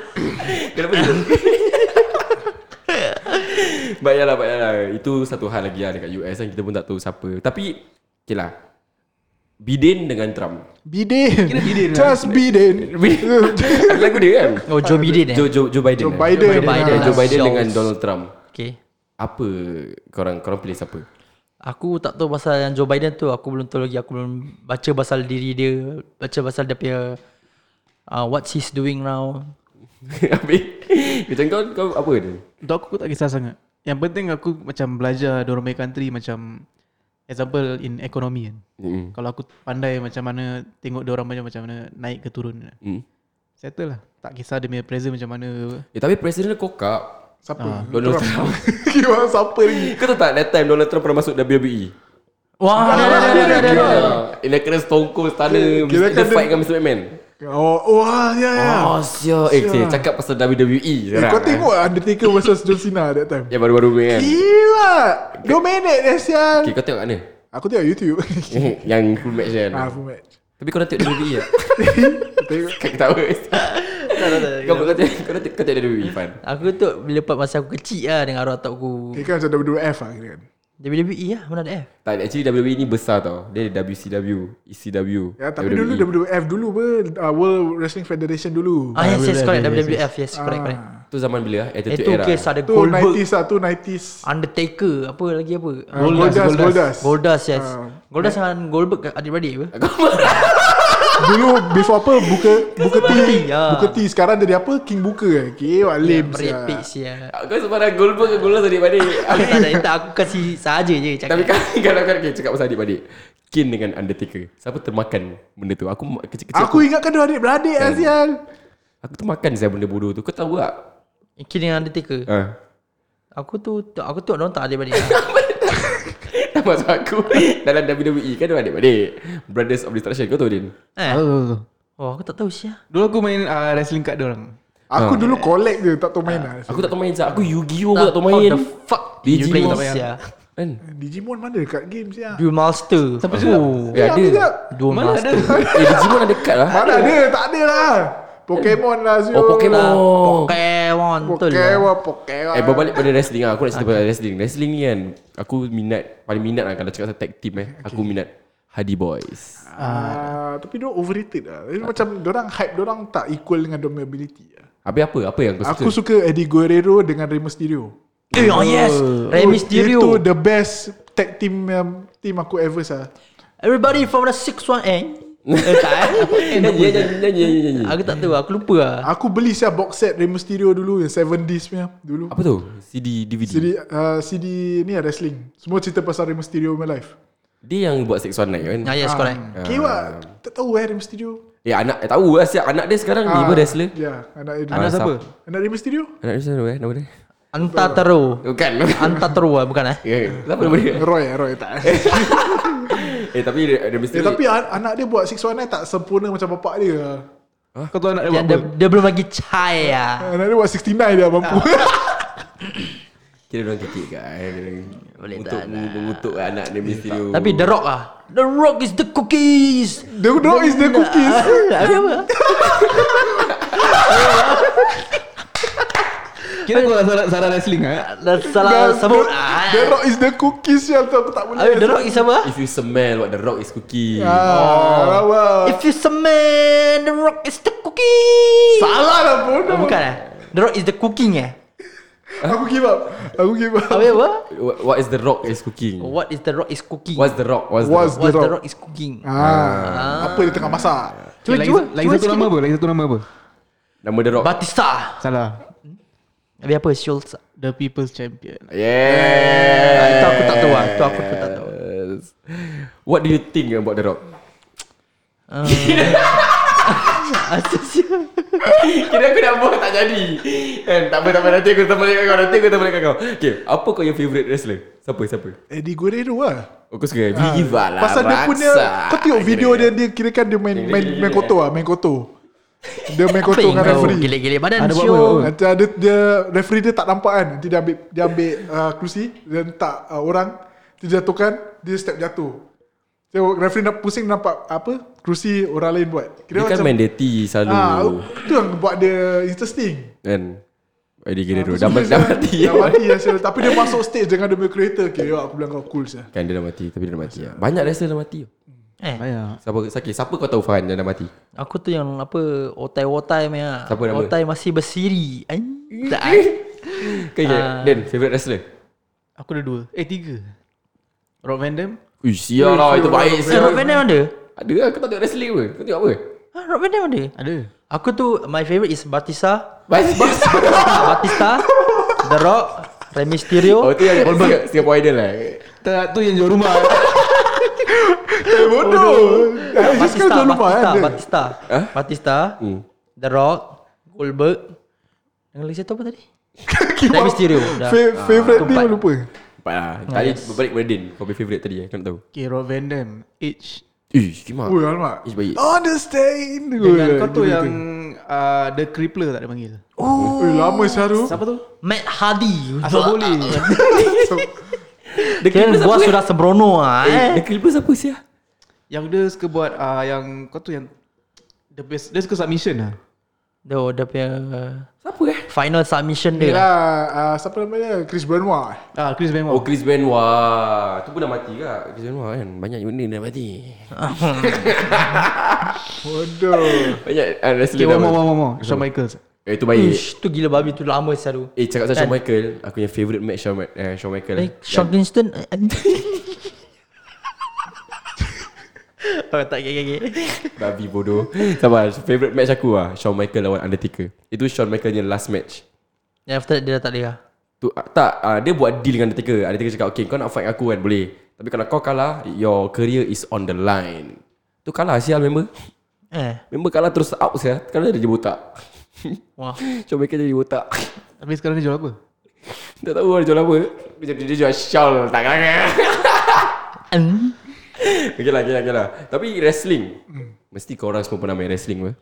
Speaker 5: Kenapa dia But ya lah, but ya lah Itu satu hal lagi lah Dekat US kan Kita pun tak tahu siapa Tapi Okay lah Biden dengan Trump
Speaker 4: Biden
Speaker 3: Kira Biden lah.
Speaker 4: Just Biden
Speaker 5: Ada lagu dia kan
Speaker 2: Oh, Joe Biden eh?
Speaker 5: Joe, Joe, Joe Biden
Speaker 4: Joe
Speaker 5: eh?
Speaker 4: Biden
Speaker 2: Joe Biden.
Speaker 5: Eh,
Speaker 4: lah.
Speaker 5: Joe Biden
Speaker 2: Jokes.
Speaker 5: dengan Donald Trump
Speaker 2: Okay.
Speaker 5: Apa korang korang pilih siapa?
Speaker 2: Aku tak tahu pasal yang Joe Biden tu Aku belum tahu lagi Aku belum baca pasal diri dia Baca pasal dia punya uh, What he's doing now
Speaker 5: Habis Macam kau kau apa dia?
Speaker 3: Untuk aku, aku tak kisah sangat Yang penting aku Macam belajar Diorang punya country Macam Example in economy kan
Speaker 5: Mm.
Speaker 3: Kalau aku pandai macam mana Tengok diorang macam, macam mana Naik ke turun
Speaker 5: Mm.
Speaker 3: Settle lah Tak kisah dia punya present macam mana
Speaker 5: Eh tapi presiden dia kokak.
Speaker 3: Ah,
Speaker 4: Siapa
Speaker 5: Donald Trump.
Speaker 4: Kira siapa lagi
Speaker 5: kau tahu tak that time Donald Trump pernah masuk
Speaker 4: E.
Speaker 5: WWE?
Speaker 2: Wah ada, ada, ada, ada, ada.
Speaker 5: Eh, dia kena stone cold sana
Speaker 4: Kira- kira-
Speaker 5: Dia fight dengan Mr. McMahon
Speaker 4: Oh Wah ya ya
Speaker 5: Oh siap Eh okay, cakap pasal WWE
Speaker 4: Eh,
Speaker 5: sekarang
Speaker 4: kau tengok lah Undertaker versus John Cena that
Speaker 2: Ya.
Speaker 4: time
Speaker 5: Yang baru-baru ni kan
Speaker 4: Gila 2 minit dia sial
Speaker 5: Okay kau tengok kat mana?
Speaker 4: Aku tengok YouTube
Speaker 5: Yang full match kan
Speaker 4: Ah full match
Speaker 5: Tapi kau dah tengok eh? WWE tak?
Speaker 4: Tengok
Speaker 5: Kau ketawa Kau kau tengok kau dah tengok- kau tengok WWE Fan
Speaker 2: Aku tu Bila part masa aku kecil lah Dengan arwah atuk aku
Speaker 4: Dia kan macam WWF lah kira kan
Speaker 2: WWE lah Mana ada F
Speaker 5: Tak actually WWE ni besar tau Dia ada WCW ECW
Speaker 4: Ya tapi dulu
Speaker 5: E.
Speaker 4: WWF dulu ber uh, World Wrestling Federation dulu
Speaker 2: Ah yes yes correct WWF Yes
Speaker 4: Ah.
Speaker 2: correct correct
Speaker 5: Tu zaman bila eh?
Speaker 2: Eh
Speaker 5: Attitude
Speaker 2: tu
Speaker 5: Era
Speaker 2: kes ada
Speaker 4: Tu
Speaker 2: Goldberg
Speaker 4: 90s lah tu 90s
Speaker 2: Undertaker Apa lagi apa
Speaker 4: Ah, Goldust Goldust
Speaker 2: Goldust yes
Speaker 4: Ah.
Speaker 2: Goldust dengan Goldberg adik-beradik apa
Speaker 5: Kau marah
Speaker 4: Dulu before apa Buka Buka T
Speaker 2: ya.
Speaker 4: Buka T Sekarang dia jadi apa King Buka eh Kira lame
Speaker 2: Red
Speaker 4: sial
Speaker 2: Page ya
Speaker 5: Kau sembarang Goldberg ke Goldberg adik-adik
Speaker 2: Aku tak ada tak aku kasi saja je cakap.
Speaker 5: Tapi kan Kalau kau okay, cakap pasal adik-adik Kane dengan Undertaker Siapa termakan benda tu Aku ma- kecil-kecil
Speaker 4: Aku ingatkan dua adik-beradik lah sial
Speaker 5: Aku termakan saya benda bodoh tu Kau tahu tak?
Speaker 2: Kini dengan Eh, Undertaker
Speaker 5: Ha.
Speaker 2: Aku tu tu- aku tu orang tak Eh, adik-beradik.
Speaker 5: Tak masuk aku Dalam WWE kan ada adik-adik Brothers of Destruction Kau tahu Din?
Speaker 2: eh.
Speaker 3: Tahu tahu tahu
Speaker 2: Oh, aku tak tahu sia.
Speaker 3: Dulu aku main uh, wrestling card diorang
Speaker 4: Aku dulu collect je Tak tahu main lah
Speaker 5: Aku tak tahu main Zak Aku Yu-Gi-Oh pun tak tahu main
Speaker 2: How the fuck you play
Speaker 5: Digimon
Speaker 2: sia?
Speaker 5: Kan?
Speaker 4: Digimon mana dekat game sial
Speaker 2: Duel Master. Siapa oh.
Speaker 5: Ya
Speaker 4: Sekejap,
Speaker 5: ada
Speaker 4: sekejap.
Speaker 2: Duel
Speaker 3: Mana
Speaker 2: Master.
Speaker 3: ada
Speaker 5: Eh Digimon ada kad lah
Speaker 4: Mana ada Tak ada lah Pokemon lah Zul
Speaker 5: Oh Pokemon
Speaker 2: Pokemon betul lah.
Speaker 4: Oh. Pokemon Pokemon
Speaker 5: Eh berbalik pada wrestling lah. Aku nak
Speaker 2: Ah,
Speaker 5: cerita pasal wrestling Wrestling ni kan Aku minat Paling minat lah Kalau cakap pasal tag team eh Aku minat Hardy Boys
Speaker 4: Ah, Tapi dia overrated lah Dia macam Diorang hype Diorang tak equal dengan Diorang punya ability lah
Speaker 5: Habis apa? Apa yang kau
Speaker 4: Aku suka
Speaker 5: suka?
Speaker 4: Eddie Guerrero Dengan Rey Mysterio
Speaker 2: Eh, oh yes. Rey
Speaker 4: Oh, Itu
Speaker 2: Mysterio.
Speaker 4: the best Tag team um, Team aku ever sah
Speaker 2: Everybody from the 618. eh, tak eh.
Speaker 5: Nyanyi nyanyi nyanyi nyanyi
Speaker 2: Aku tak tahu Aku lupa lah
Speaker 4: Aku beli sah box set Rey Mysterio dulu Yang 70s punya Dulu
Speaker 5: Apa tu? CD, DVD
Speaker 4: CD, uh, CD ni lah wrestling Semua cerita pasal Rey Mysterio my life
Speaker 5: Dia yang buat Sex One Night kan?
Speaker 2: Ya yes correct
Speaker 4: Ah. Kewa Tak tahu eh Rey Mysterio
Speaker 5: Eh anak eh, tahu lah siap anak dia sekarang ni
Speaker 4: Ah,
Speaker 5: pun wrestler.
Speaker 4: Ya Anak
Speaker 3: Anak
Speaker 4: dia
Speaker 3: siapa?
Speaker 4: Anak Rey Mysterio
Speaker 5: Anak dia siapa eh? Nama dia?
Speaker 2: Antataro
Speaker 5: Bukan.
Speaker 2: Antataro lah bukan eh
Speaker 5: Ya, kenapa nama dia?
Speaker 4: Roy eh, Roy tak
Speaker 5: Eh tapi dia
Speaker 4: Eh,
Speaker 5: mesti
Speaker 4: tapi an- anak dia buat 619 tak sempurna macam bapak dia.
Speaker 3: Kau tahu nak dia buat
Speaker 2: Yang
Speaker 3: apa?
Speaker 2: dia, dia belum lah. lagi cahaya
Speaker 4: Anak dia buat 69 dia mampu.
Speaker 5: kira orang kecil
Speaker 4: Eh.
Speaker 5: kan.
Speaker 2: Boleh
Speaker 5: untuk
Speaker 2: tak
Speaker 5: lah. mengutuk anak dia mesti tu.
Speaker 2: Tapi The Rock ah The Rock is the cookies
Speaker 4: the dog is the cookies.
Speaker 2: Ada apa?
Speaker 3: Kira kau salah, salah wrestling lah
Speaker 2: Dah salah
Speaker 4: The-
Speaker 2: sebut
Speaker 4: The
Speaker 2: ah.
Speaker 4: rock is the cookies yang tu aku tak boleh.
Speaker 2: Habis The Rock ah. is apa?
Speaker 5: if you smell what the rock is cooking.
Speaker 4: Ah, oh.
Speaker 2: If you summon The Rock is the cookie
Speaker 4: Salah lah bodoh.
Speaker 2: Oh, Bukan eh The Rock is the cooking eh
Speaker 4: Aku give up. Aku give up.
Speaker 2: Habis apa?
Speaker 5: What, what is the rock is cooking?
Speaker 2: What is The Rock is cooking
Speaker 5: What's the rock? What's,
Speaker 4: What's
Speaker 2: What
Speaker 5: the rock?
Speaker 4: The
Speaker 2: The
Speaker 4: Rock?
Speaker 2: Rock is cooking
Speaker 4: Ah. Apa dia tengah masak?
Speaker 3: Cuba, lagi,
Speaker 2: cuba,
Speaker 3: lagi
Speaker 2: cuba
Speaker 3: satu
Speaker 2: sikit.
Speaker 3: nama apa? Lagi satu nama apa?
Speaker 5: Nama the rock.
Speaker 2: Batista
Speaker 3: Salah
Speaker 2: Habis apa? Schultz
Speaker 3: The People's Champion
Speaker 5: Eh. yeah.
Speaker 2: Ah, Itu aku tak tahu lah Itu aku pun tak tahu
Speaker 5: What do you think about the rock?
Speaker 2: Ah, Asal
Speaker 5: Kira aku nak buat tak jadi Kan tak apa tak apa Nanti aku teman dekat kau Nanti aku teman dekat kau Okay Apa kau yang favourite wrestler? Siapa siapa?
Speaker 4: Eddie Guerrero lah.
Speaker 5: Oh, kau suka Viva lah
Speaker 4: Pasal dia punya
Speaker 5: raksa.
Speaker 4: kau tengok video dia dia kira kan dia main main main kotor ah, main kotor. Dia main
Speaker 2: Apa
Speaker 4: kotor
Speaker 2: yang
Speaker 4: dengan
Speaker 2: kau
Speaker 4: referee.
Speaker 2: Gilek-gilek badan
Speaker 3: Ada buat apa?
Speaker 2: Syul
Speaker 4: Macam dia, dia referee dia tak nampak kan. Nanti dia ambil dia ambil uh, kerusi, dia letak uh, orang, dia jatuhkan, dia step jatuh. So referee nak pusing nampak apa? Kerusi orang lain buat.
Speaker 5: Dia kan main deti selalu
Speaker 4: ah, itu yang buat dia interesting.
Speaker 5: Kan Eddie
Speaker 3: Ah,
Speaker 5: Guerrero
Speaker 4: Aku
Speaker 5: Dah
Speaker 4: suka
Speaker 5: mati Dah
Speaker 4: sial.
Speaker 5: mati
Speaker 4: Dah mati ya, sial. Tapi dia masuk stage dengan dia punya creator. Okay, yo, aku bilang kau cool sah.
Speaker 5: Kan dia dah mati Tapi dia dah mati lah. Banyak wrestler dah mati
Speaker 2: Eh
Speaker 3: Banyak
Speaker 5: Siapa sakit Siapa kau tahu Farhan yang dah mati
Speaker 2: Aku tu yang apa Otai-otai punya ah.
Speaker 5: Siapa nama?
Speaker 2: Otai masih bersiri Ay, Tak eh. ay.
Speaker 5: Okay je
Speaker 3: Ah.
Speaker 5: Dan favourite wrestler
Speaker 3: Aku ada dua Eh tiga Rob Van Dam
Speaker 5: Ui sial lah Itu
Speaker 2: Eh,
Speaker 5: baik
Speaker 2: Rob
Speaker 5: sial
Speaker 2: Van Dam ada
Speaker 5: Ada lah Kau tak tengok wrestling apa Kau tengok apa
Speaker 2: ha, Rob Van Dam ada
Speaker 3: Ada
Speaker 2: Aku tu My favourite is Batista
Speaker 5: Baik
Speaker 2: Batista The Rock Rey Mysterio
Speaker 5: Oh tu yang Singapore- Singapore Idol lah
Speaker 3: Tak tu yang jual rumah
Speaker 4: Eh, bodoh. Eh, just
Speaker 2: Batista
Speaker 4: kau jangan lupa
Speaker 2: Batista
Speaker 4: kan.
Speaker 2: Batista
Speaker 5: Hah?
Speaker 2: Batista
Speaker 5: Hmm.
Speaker 2: The Rock Goldberg Yang lagi satu apa tadi? Rey Mysterio dah.
Speaker 4: Fa- Favorite
Speaker 2: Ah,
Speaker 4: dia
Speaker 2: keempat.
Speaker 4: lupa.
Speaker 5: Baik lah Tadi balik pada Din Kau punya favourite tadi eh, Kau nak tahu
Speaker 3: Okay Rob Van Dam Edge
Speaker 5: Ui kimak
Speaker 4: Ui, alamak.
Speaker 5: It's baik.
Speaker 4: On the stage.
Speaker 3: Dengan kau tu yang uh, The Crippler tak ada panggil
Speaker 4: Oh, Ui, lama Syahrul.
Speaker 3: Siapa tu?
Speaker 2: Matt Hardy
Speaker 3: Asal boleh
Speaker 5: The
Speaker 2: Kira
Speaker 5: Clippers
Speaker 2: gua
Speaker 5: apa
Speaker 2: sudah sembrono lah eh.
Speaker 5: The Clippers apa sih
Speaker 3: Yang dia suka buat uh, Yang kau tu yang The best Dia suka submission lah
Speaker 2: Dia dia punya uh,
Speaker 5: Siapa eh
Speaker 2: final submission dia.
Speaker 4: Ni lah, ah, siapa nama dia? Chris Benoit.
Speaker 3: Ah, Chris
Speaker 5: Oh
Speaker 3: Benoit
Speaker 5: Chris Benoit Tu pun dah mati kak Chris Benoit kan Banyak benda dah mati
Speaker 4: Bodoh.
Speaker 5: Banyak uh, wrestler
Speaker 3: Okay,
Speaker 5: dah
Speaker 3: one more,
Speaker 5: mati
Speaker 3: one more, one more. Kan? Shawn Michaels
Speaker 5: Eh tu baik
Speaker 2: Ish, tu gila babi tu lama selalu.
Speaker 5: Eh cakap pasal Shawn Michael Aku yang favourite match Shawn, Ma- eh, Shawn Michael eh.
Speaker 2: Like Sean Kingston. eh, oh tak okay, okay.
Speaker 5: Babi bodoh Sabar Favourite match aku lah Shawn Michael lawan Undertaker Itu Shawn Michael yang last match
Speaker 2: Then after that dia dah tak ada.
Speaker 5: tu, ah, Tak ah, Dia buat deal dengan Undertaker Undertaker cakap Okay kau nak fight aku kan Boleh Tapi kalau kau kalah Your career is on the line Tu kalah sial member
Speaker 2: Eh,
Speaker 5: Member kalah terus out sial Kalah dia jadi botak
Speaker 2: wah.
Speaker 5: Shawn Michael jadi botak
Speaker 3: Tapi sekarang dia jual apa?
Speaker 5: Tak tahu lah dia jual apa Dia, dia, dia jual shawl Tak kalah
Speaker 2: Em,
Speaker 5: Okay lah, okay lah, okay lah Tapi wrestling Mesti korang semua pernah main wrestling apa?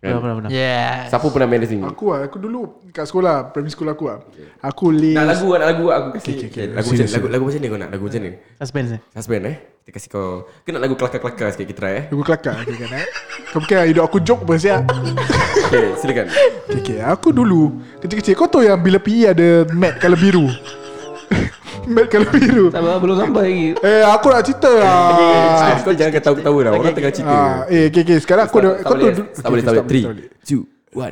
Speaker 3: Pernah pernah pernah
Speaker 2: Yes.
Speaker 5: Siapa pernah main wrestling?
Speaker 4: Aku lah, aku dulu kat sekolah, primary school aku lah. Aku lay
Speaker 5: Nak lagu nak lagu aku kasi okay, okay, lagu, macam,
Speaker 4: Serious,
Speaker 5: lagu, lagu macam mana kau nak? Lagu macam mana?
Speaker 3: Suspense eh
Speaker 5: Husband eh? Kita kasi kau Kau nak lagu kelakar-kelakar sikit kita try eh?
Speaker 4: Aku kelakar aku kan eh. Kau fikir hidup aku joke pun siap.
Speaker 5: Okay silakan
Speaker 4: Okay, okay, aku dulu kecil-kecil kau tahu yang bila PE ada mat kalau biru. mat kalau biru.
Speaker 6: Sabar belum sampai lagi
Speaker 4: Eh aku nak cerita lah.
Speaker 5: ah, Kau jangan ketawa-ketawa lah Orang tengah cerita
Speaker 4: Ah, eh okay, okay. sekarang aku dah
Speaker 5: Tak
Speaker 4: kau
Speaker 5: boleh
Speaker 4: tahu
Speaker 5: Tak boleh Tak boleh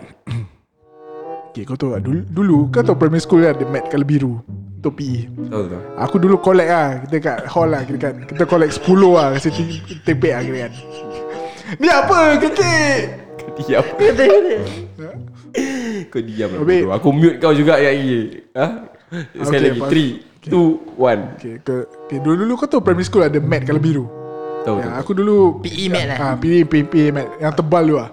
Speaker 5: 3 2 1
Speaker 4: Okay kau tahu tak, dulu, dulu kau tahu primary school kan ada mat kalau biru untuk PE.
Speaker 5: Tahu tahu
Speaker 4: Aku dulu collect lah Kita kat hall lah Kita, kat, kita collect 10 lah Kasi ti- tepek lah kira kan Ni apa kekek
Speaker 5: Kau diam Kau diam lah
Speaker 4: Habis-
Speaker 5: bodoh. Aku mute kau juga yang ini Ha? Sekali
Speaker 4: Okay,
Speaker 5: lagi
Speaker 4: pas-
Speaker 5: 3 2 1
Speaker 4: Okay, ke, okay dulu-dulu kau tahu primary school ada mat kalau biru
Speaker 5: Tahu
Speaker 4: Yang
Speaker 5: tahu
Speaker 4: aku dulu
Speaker 2: PE mat lah.
Speaker 4: Ah, PE, PE, PE mat Yang tebal tu lah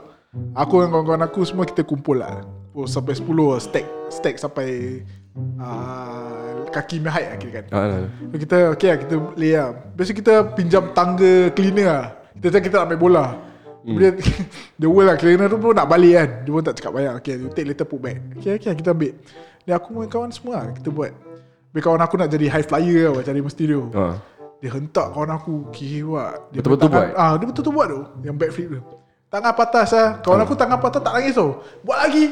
Speaker 4: Aku dengan kawan-kawan aku semua kita kumpul lah oh, Sampai 10 lah Stack Stack sampai uh, Kaki mehait lah kira kan
Speaker 5: Ah, ah, ah.
Speaker 4: So, kita okay lah, kita play lah. Biasa kita pinjam tangga cleaner lah. Kita cakap kita nak main bola.
Speaker 2: Hmm.
Speaker 4: Kemudian the world lah cleaner tu pun nak balik kan. Dia pun tak cakap banyak. Okay, you take later put back. Okay, okay, kita ambil. Dia aku dengan kawan semua lah, kita buat. Habis kawan aku nak jadi high flyer tau, cari studio.
Speaker 2: Ha.
Speaker 5: Ah.
Speaker 4: Dia hentak kawan aku, kiwak. Dia
Speaker 5: Betul-betul
Speaker 4: tangan-
Speaker 5: buat?
Speaker 4: Ah, dia betul-betul buat tu. Yang backflip tu. Tangan patah sah. Kawan
Speaker 2: Hmm.
Speaker 4: aku tangan patah tak nangis tau. Buat lagi.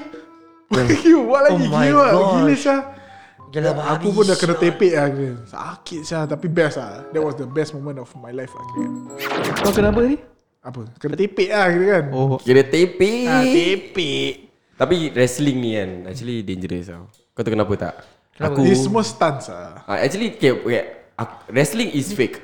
Speaker 4: buat lagi.
Speaker 2: Oh my
Speaker 4: Gila, lah,
Speaker 2: gosh.
Speaker 4: gila
Speaker 2: Gila lah.
Speaker 4: sah. Ya,
Speaker 2: babi.
Speaker 4: aku pun dah kena tepek lah kira. Sakit sah Tapi best lah That was the best moment of my life lah kira.
Speaker 6: Kau kenapa ni?
Speaker 4: Apa Kena tepek lah kira kan
Speaker 3: Oh
Speaker 5: Kira tepi
Speaker 4: Ah, Tepek
Speaker 5: Tapi wrestling ni kan Actually dangerous tau Kau tahu kenapa tak?
Speaker 2: Kenapa?
Speaker 4: Ini semua stunts lah
Speaker 5: Ah, Actually okay, okay. Ak- Wrestling is fake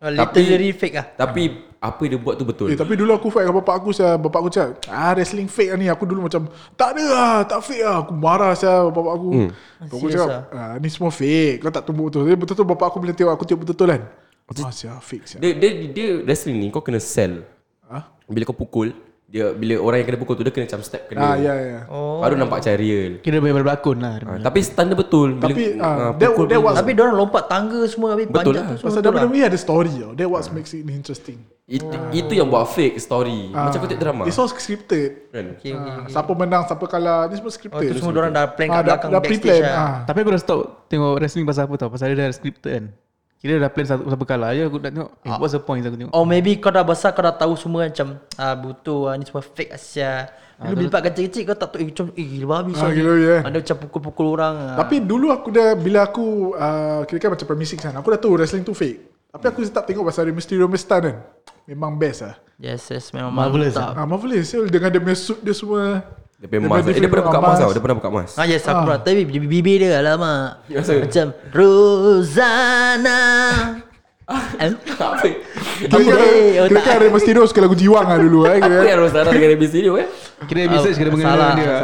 Speaker 2: Oh, Literally fake lah.
Speaker 5: Tapi Apa dia buat tu betul
Speaker 4: Eh tapi dulu aku fight dengan bapak aku sah. Bapak aku cakap Ah wrestling fake lah ni Aku dulu macam Tak ada lah Tak fake lah Aku marah sah bapak aku
Speaker 5: Hmm.
Speaker 4: Bapak aku
Speaker 2: Serious
Speaker 4: cakap ah, Ni semua fake Kau tak tumbuh betul Jadi betul-betul bapak aku bila tengok Aku tengok betul-betul kan Ah sah fake sah
Speaker 5: Dia, dia, dia wrestling ni kau kena sell.
Speaker 4: Ah?
Speaker 5: Bila kau pukul, dia bila orang yang kena pukul tu dia kena macam step kena.
Speaker 4: Ah ya ya
Speaker 5: Oh. Baru nampak macam real.
Speaker 3: Kira benar berlakon lah
Speaker 5: Ah, tapi stun dia betul. Bila,
Speaker 4: Tapi ah,
Speaker 5: ah,
Speaker 4: that,
Speaker 5: pukul
Speaker 4: that
Speaker 5: pun-
Speaker 4: was
Speaker 2: Tapi dia orang lompat tangga semua habis panjat
Speaker 5: Betul lah.
Speaker 2: tu semua
Speaker 4: Pasal
Speaker 2: betul lah.
Speaker 4: WWE ada story tau That
Speaker 5: Ah.
Speaker 4: what makes it interesting
Speaker 5: it, itu yang buat fake story.
Speaker 4: Ah.
Speaker 5: Macam kau tengok drama.
Speaker 4: It's all scripted
Speaker 5: Kan?
Speaker 2: Okay, okay.
Speaker 4: Ah, Siapa menang, siapa kalah Ni
Speaker 2: Oh,
Speaker 4: semua scripted
Speaker 2: tu semua orang dah plan kat
Speaker 4: Ah, dah,
Speaker 2: belakang
Speaker 4: dah
Speaker 2: backstage
Speaker 4: pre-plan
Speaker 2: lah.
Speaker 4: ah.
Speaker 3: Tapi aku dah stop tengok wrestling pasal apa tau Pasal dia dah scripted kan Kira dah plan satu siapa kalah je aku nak tengok
Speaker 2: Ah.
Speaker 3: eh, What's the point aku tengok
Speaker 2: Or maybe kau dah besar kau dah tahu semua macam ah butuh ah, ni semua fake Asia. Dulu bila kecil-kecil kau tak tahu eh, macam eh gila babi
Speaker 4: Ah,
Speaker 2: sorry.
Speaker 4: gila babi, eh.
Speaker 2: Ada macam pukul-pukul orang. ah.
Speaker 4: Tapi dulu aku dah Bila aku uh, Kira kan macam primary six kan Aku dah tahu wrestling tu fake Tapi aku tetap tengok Pasal dia Mysterio punya stunt kan Memang best lah
Speaker 2: yes yes memang
Speaker 3: Marvellous,
Speaker 2: mantap.
Speaker 4: ah, Marvelous so, Dengan dia punya suit dia semua
Speaker 5: Dia punya
Speaker 4: Dia
Speaker 5: mask.
Speaker 4: punya
Speaker 5: Eh, dia pernah buka
Speaker 4: different
Speaker 5: mask
Speaker 4: mask.
Speaker 5: tau. Dia pernah buka mask.
Speaker 2: Ah yes aku pernah tapi bi- bibir dia lah mak.
Speaker 5: Ya, saya.
Speaker 2: Macam Rosana.
Speaker 5: Ah.
Speaker 2: Eh? Em?
Speaker 5: Apa?
Speaker 4: Kira kan,
Speaker 2: Eh, oh,
Speaker 4: kira
Speaker 2: tak.
Speaker 4: kan Rey Mysterio suka lagu jiwang lah dulu eh, kira
Speaker 5: Apa
Speaker 4: kan.
Speaker 5: yang Rosana dengan Remy Studio eh?
Speaker 3: Kira research kena
Speaker 2: Oh,
Speaker 3: mengenai
Speaker 2: Ah, salah,
Speaker 3: dia lah.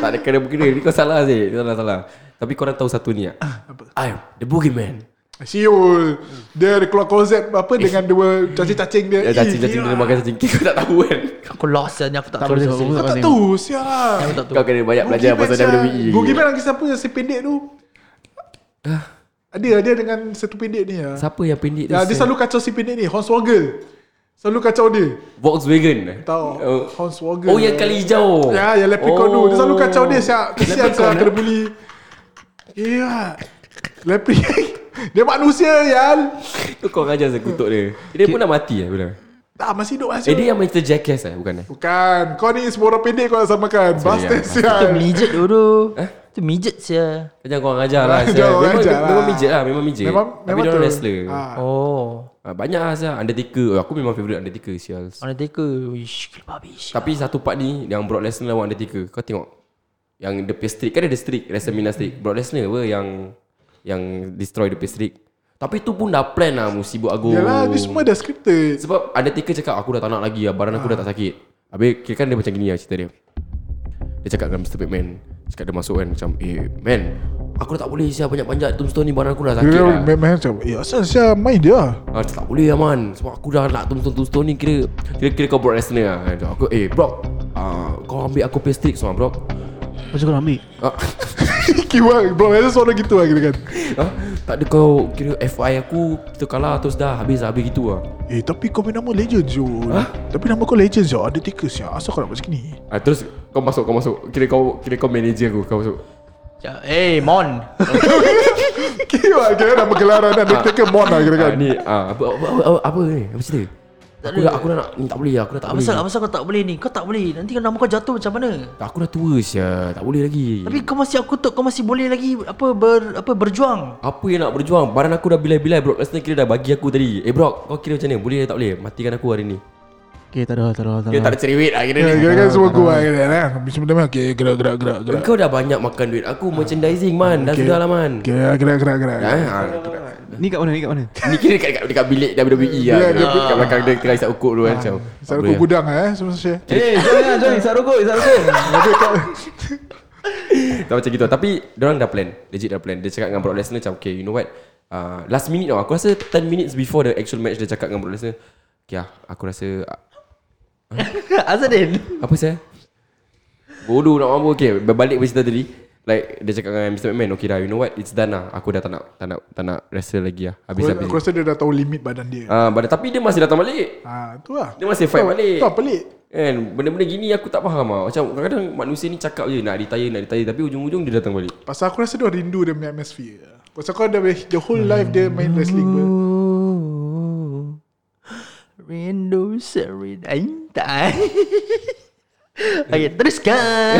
Speaker 5: tak ada kena berkena. Ni kau salah je. Salah salah. Tapi korang tahu satu ni tak?
Speaker 4: Eh,
Speaker 5: I am the boogeyman.
Speaker 4: Siul Dia ada keluar konsep Apa
Speaker 2: Eh.
Speaker 4: dengan dua Cacing-cacing dia Eh,
Speaker 5: Ya,
Speaker 4: Ih,
Speaker 5: cacing-cacing dia makan cacing. Kau tak tahu kan?
Speaker 2: Aku lost ni aku tak
Speaker 3: Tak boleh
Speaker 2: tahu. sih.
Speaker 3: tengok
Speaker 4: Kau tak tahu Sial lah
Speaker 2: Aku tak tahu.
Speaker 5: Kau kena banyak belajar pasal E. WWE.
Speaker 4: Gogi Man lagi siapa yang si pendek tu Ada ada dengan satu pendek ni lah
Speaker 5: Siapa yang pendek tu?
Speaker 4: Ya, dia
Speaker 5: Sam?
Speaker 4: selalu kacau si pendek ni Hornswoggle Selalu kacau dia
Speaker 5: Volkswagen.
Speaker 4: Tahu
Speaker 5: Oh.
Speaker 4: Hornswoggle
Speaker 5: Oh yang kali hijau. Oh. eh?
Speaker 4: Ya yang leprechaun tu Dia selalu kacau dia siap Kesian siap kena bully Ya Leprechaun Dia manusia Yal
Speaker 5: Tu kau ajar saya kutuk dia. Dia pun dah mati eh bila.
Speaker 4: Tak masih hidup
Speaker 5: Eh
Speaker 4: masih
Speaker 5: dia yang main Mr. Jackass eh bukan eh?
Speaker 4: Bukan Kau ni semua orang pendek kau nak samakan Bastard
Speaker 5: ya.
Speaker 2: Tu
Speaker 4: sial
Speaker 2: mijit dulu.
Speaker 5: Eh?
Speaker 2: Tu mijit sia.
Speaker 5: Jangan kau ajar lah. Syah.
Speaker 4: Jangan
Speaker 5: memang,
Speaker 4: ajar lah.
Speaker 5: memang mijit lah, memang mijit.
Speaker 4: Memang
Speaker 5: Tapi
Speaker 4: memang
Speaker 5: dia
Speaker 4: tu
Speaker 5: orang wrestler.
Speaker 4: Ah.
Speaker 2: Oh,
Speaker 5: Ah, banyak lah saya Undertaker. Oh, aku memang favorite Undertaker sial.
Speaker 2: Undertaker. Ish, gila babi. sia.
Speaker 5: Tapi satu part ni yang Brock Lesnar lawan Undertaker. Kau tengok yang the streak kan ada the streak WrestleMania streak.
Speaker 4: Hmm.
Speaker 5: Brock Lesnar apa yang yang destroy the streak. Tapi tu pun dah plan lah musibah agung.
Speaker 4: Yalah ni semua dah scripted
Speaker 5: Sebab Undertaker cakap aku dah tak nak lagi lah Badan
Speaker 4: Ah.
Speaker 5: aku dah tak sakit Habis kira kan dia macam gini lah cerita dia Dia cakap dengan Mr. Batman Cakap dia masuk kan macam Eh man Aku dah tak boleh siap banyak-banyak Tombstone ni badan aku dah sakit
Speaker 4: Kira
Speaker 5: lah
Speaker 4: memang macam Eh asal sial main dia lah
Speaker 5: Ah, dia tak boleh lah man Sebab aku dah nak tombstone-tombstone ni Kira kira, kira kau Brock Lesnar lah Dia cakap, Aku eh Brock ah, Kau ambil aku pay streak seorang Brock
Speaker 3: Macam kau nak ambil
Speaker 5: ah,
Speaker 4: Kiwa Bro Lazarus suara gitu lah kira kan
Speaker 5: ah, Tak ada kau kira FI aku Kita kalah terus dah habis habis gitu lah
Speaker 4: Eh tapi kau main nama Legends Zul ha? Tapi nama kau Legends Zul Undertaker siap Asal kau nak macam ni
Speaker 5: ah, Terus kau masuk kau masuk Kira kau kira kau manager aku Kau masuk
Speaker 2: Macam, Eh Mon
Speaker 4: Kira Eh, kira nama gelaran Undertaker Mon lah kira kan
Speaker 5: ah, Ni ah, apa, apa, apa, apa, apa ni Apa cerita Aku dah, aku dah nak ni tak boleh lah, aku dah tak
Speaker 2: Tak
Speaker 5: boleh
Speaker 2: pasal, tak pasal kau tak boleh ni Kau tak boleh Nanti kan nama kau jatuh macam mana
Speaker 5: Aku dah tua sia, tak boleh lagi.
Speaker 2: Tapi kau masih aku tu Kau masih boleh lagi Apa ber, apa berjuang
Speaker 5: Apa yang nak berjuang? Badan aku dah bilai-bilai Brock Lesnar kira dah bagi aku tadi. Eh Brock, kau kira macam ni? Boleh tak boleh? Matikan aku hari ni.
Speaker 3: Okay tak ada tak ada tak
Speaker 5: Kira
Speaker 3: ada
Speaker 5: tak ada cerewet lah kira
Speaker 4: Ya,
Speaker 5: ni.
Speaker 4: Kira kan semua gua kira kan Habis semua nama Okay gerak gerak gerak gerak
Speaker 5: Kau dah banyak makan duit aku merchandising man. Dah sudah lah man.
Speaker 4: Kira gerak gerak gerak
Speaker 5: Ah, ah.
Speaker 3: Ni kat mana ni kat mana
Speaker 5: Ni kira dekat, dekat, dekat bilik WWE lah.
Speaker 4: Ya,
Speaker 5: kira. Kat belakang dia tengah isap ukut tu kan. Macam, tak
Speaker 4: Saya
Speaker 5: boleh
Speaker 4: aku gudang eh Semua saya
Speaker 7: Eh, jom lah, jom. Isap rokok, isap rokok.
Speaker 5: lah. Tak macam gitu. Tapi orang dah plan. Legit dah plan. Dia cakap dengan Brock Lesnar macam okay you know what. Uh, last minute tau. Aku rasa 10 minutes before the actual match dia cakap dengan Brock Lesnar. Okay lah, aku rasa ah,
Speaker 2: Azadin
Speaker 5: Apa saya? Bodoh nak mabuk Okay berbalik pada cerita tadi Like dia cakap dengan Mr. McMahon Okay dah you know what It's done lah Aku dah tak nak Tak nak, tak nak wrestle lagi lah Habis habis
Speaker 4: Aku rasa dia dah tahu limit badan dia
Speaker 5: Ah, badan, Tapi dia masih datang balik
Speaker 4: Ah, tu lah
Speaker 5: Dia masih fight
Speaker 4: Tu-
Speaker 5: balik
Speaker 4: Tu lah pelik
Speaker 5: Kan benda-benda gini aku tak faham lah Macam kadang-kadang manusia ni cakap je Nak retire nak retire Tapi ujung-ujung dia datang balik
Speaker 4: Pasal aku rasa dia rindu dia punya atmosphere Pasal kau dah the whole life dia main wrestling ber.
Speaker 2: Rindu serintai Okay, teruskan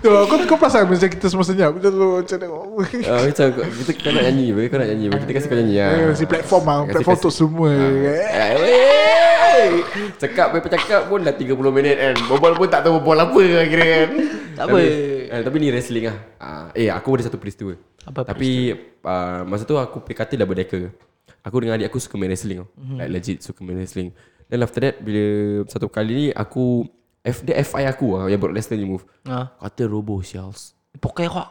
Speaker 4: Tu kau kau perasan macam kita semua senyap. Kita tu macam tengok.
Speaker 5: Ah, Macam kau- kita kau nak nyanyi apa? Kau nak nyanyi apa? Kita kasi kau nyanyi lah
Speaker 4: Eh, Si platform ah,
Speaker 5: Kasi-
Speaker 4: platform
Speaker 5: kasi-
Speaker 4: untuk semua. Eh,
Speaker 5: Eh, wey! Cakap Mereka cakap pun dah 30 minit kan Berbual pun tak tahu berbual apa lah kira kan
Speaker 2: Tak apa.
Speaker 5: tapi, eh, tapi ni wrestling lah Ah, Eh aku ada satu peristiwa
Speaker 2: Apa
Speaker 5: Tapi uh, Masa tu aku PKT dah berdeka Aku dengan adik aku suka main wrestling
Speaker 2: Mhm.
Speaker 5: mm-hmm. Like legit suka main wrestling Then after that Bila satu kali ni Aku F, Dia FI aku lah Yang buat wrestling ni move
Speaker 2: ha.
Speaker 5: Kata robo shells
Speaker 2: Pokai kau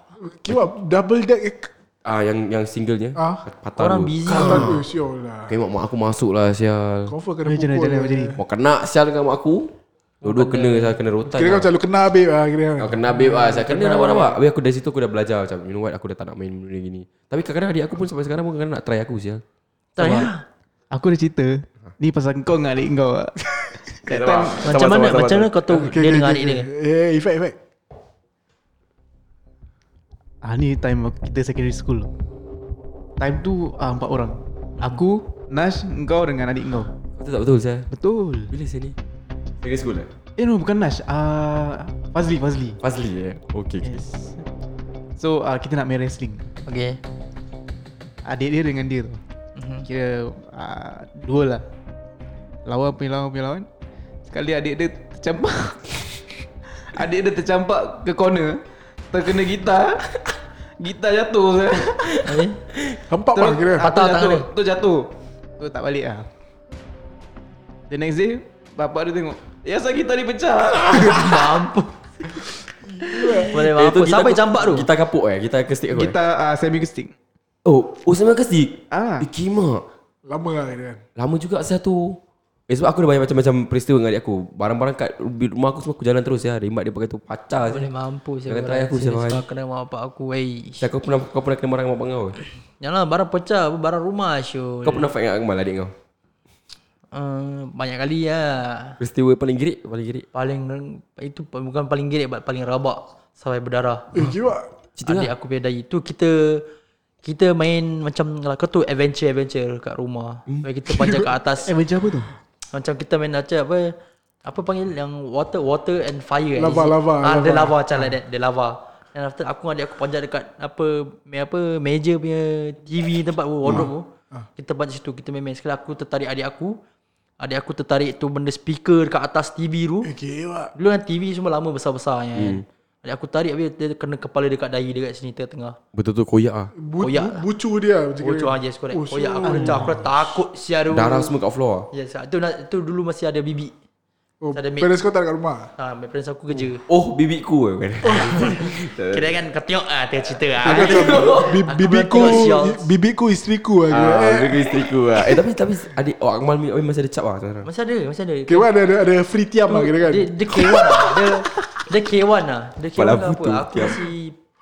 Speaker 4: kira Eh, double deck eh,
Speaker 5: Ah yang yang singlenya
Speaker 4: Ah.
Speaker 5: Patah
Speaker 2: Orang
Speaker 5: dulu.
Speaker 2: busy
Speaker 4: kata tu sial lah.
Speaker 5: Tengok mak aku masuk lah sial
Speaker 4: Confirm kena
Speaker 3: Macam mana
Speaker 4: pukul.
Speaker 3: macam mana macam ni
Speaker 5: Mau kena sial dengan mak aku Dua-dua kena sial Kena rotan
Speaker 4: Kira kau
Speaker 5: lah.
Speaker 4: macam lu kena babe ah kira.
Speaker 5: Kau kena babe lah Saya kena nampak-nampak Habis aku dari situ aku dah belajar Macam you know what Aku dah tak nak main benda gini Tapi kadang-kadang adik aku pun Sampai sekarang pun kadang-kadang nak try aku sial
Speaker 2: Tak ya
Speaker 3: Aku ada cerita Ni pasal kau dengan adik kau lah
Speaker 5: That time
Speaker 2: Macam mana Macam mana kau tahu Dia
Speaker 4: Okay, okay,
Speaker 2: dengan
Speaker 4: okay,
Speaker 2: adik dia
Speaker 4: okay. Eh, effect effect.
Speaker 3: Ah ni time aku- kita secondary school. Time tu ah, empat orang. Aku, Nash, engkau dengan adik engkau.
Speaker 5: Kau tu tak betul sial
Speaker 3: Betul.
Speaker 5: Bila sial ni Secondary school eh
Speaker 3: Eh no bukan Nash. Ah Fazli, Fazli.
Speaker 5: Fazli eh Okay
Speaker 3: Yes. So ah kita nak main wrestling.
Speaker 2: Okay
Speaker 3: Adik dia dengan dia tu.
Speaker 2: Mhm.
Speaker 3: Kira ah dua lah. Lawan punya lawan punya lawan. Sekali adik dia tercampak. adik dia tercampak ke corner. Terkena gitar. gitar jatuh saya.
Speaker 2: Habis?
Speaker 4: Hempap
Speaker 3: Tu-
Speaker 4: lah kira.
Speaker 3: ah, tu
Speaker 2: Patah
Speaker 3: jatuh,
Speaker 2: tangan
Speaker 3: Tu jatuh Tu tak balik lah The next day Bapak dia tengok Ya asal kita ni pecah
Speaker 2: Mampu Boleh
Speaker 5: Eh, tu
Speaker 2: mampu
Speaker 5: gitar
Speaker 2: Sampai
Speaker 5: aku-
Speaker 2: campak tu
Speaker 5: Gitar kapuk eh Gitar ke stick aku eh
Speaker 3: Kita uh, semi stick
Speaker 5: Oh Oh sama ke stick
Speaker 3: Ah.
Speaker 5: Eh kimak
Speaker 4: Lama lah kira.
Speaker 5: Lama juga sial tu Eh sebab aku dah banyak macam-macam peristiwa dengan adik aku Barang-barang kat rumah aku semua aku jalan terus ya Remat dia pakai tu pacar
Speaker 2: Boleh mampu saya
Speaker 5: Jangan try aku sial
Speaker 2: Sebab kena mak bapak aku Wey
Speaker 5: Sial kau pernah kau pernah kena marah dengan mak kau ke?
Speaker 2: Janganlah barang pecah Barang rumah Syul
Speaker 5: Kau pernah fight dengan Akmal adik kau?
Speaker 2: uh, Banyak kali lah
Speaker 5: Peristiwa paling gerik, paling gerik.
Speaker 2: Paling Itu bukan paling gerik but Paling rabak Sampai berdarah
Speaker 4: Eh, kira.
Speaker 5: Cerita
Speaker 2: Adik aku punya dayi tu kita kita main macam kalau kau tu adventure adventure kat rumah. Hmm. Kita panjat ke atas.
Speaker 3: Eh macam apa tu?
Speaker 2: macam kita main macam apa apa panggil yang water water and fire.
Speaker 4: Lava, lava,
Speaker 2: Ah, lava. Dia
Speaker 4: lava.
Speaker 2: lava macam like that. Dia lava. And after aku dengan adik aku panjat dekat apa me- apa meja punya TV tempat wardrobe tu. Kita panjat situ kita main-main sekali aku tertarik adik aku. Adik aku tertarik tu benda speaker dekat atas TV tu.
Speaker 4: Eh, kira.
Speaker 2: Dulu kan TV semua lama besar-besar kan. Adik aku tarik habis dia kena kepala dekat dahi dekat sini tengah-tengah.
Speaker 5: Betul-betul koyak ah.
Speaker 4: Bu-
Speaker 2: Koyak
Speaker 4: bu- bucu dia macam
Speaker 2: Oh,
Speaker 4: kira.
Speaker 2: cuang yes correct. Oh, ya, aku dah aku dah takut siaru.
Speaker 5: Darah semua kat floor ah.
Speaker 2: Yes, ah, tu nak- tu dulu masih ada bibi.
Speaker 4: Oh,
Speaker 2: Ada mic.
Speaker 4: parents kau tak ada kat rumah.
Speaker 2: Ha, my parents aku kerja.
Speaker 5: Oh, bibikku eh.
Speaker 2: Kira kan kau tengok ah tengok cerita ah.
Speaker 4: eh. Kira macam, bi-
Speaker 2: Aku dah
Speaker 4: Bibiku,
Speaker 2: tengok sial.
Speaker 4: bibiku isteriku lah kira. Eh,
Speaker 5: Ah, bibik isteri ku ah. Eh tapi tapi adik oh, Akmal ni oh, masih ada cap ah sekarang.
Speaker 2: Masih ada, masih ada.
Speaker 4: Kira ada, ada, ada free tiam lah kira kan.
Speaker 2: Dia ah. dia K1 lah. Dia dia K1 lah. Dia K1
Speaker 5: Kepala
Speaker 2: ke apa?
Speaker 5: butuh,
Speaker 2: Aku
Speaker 5: kiam.
Speaker 2: masih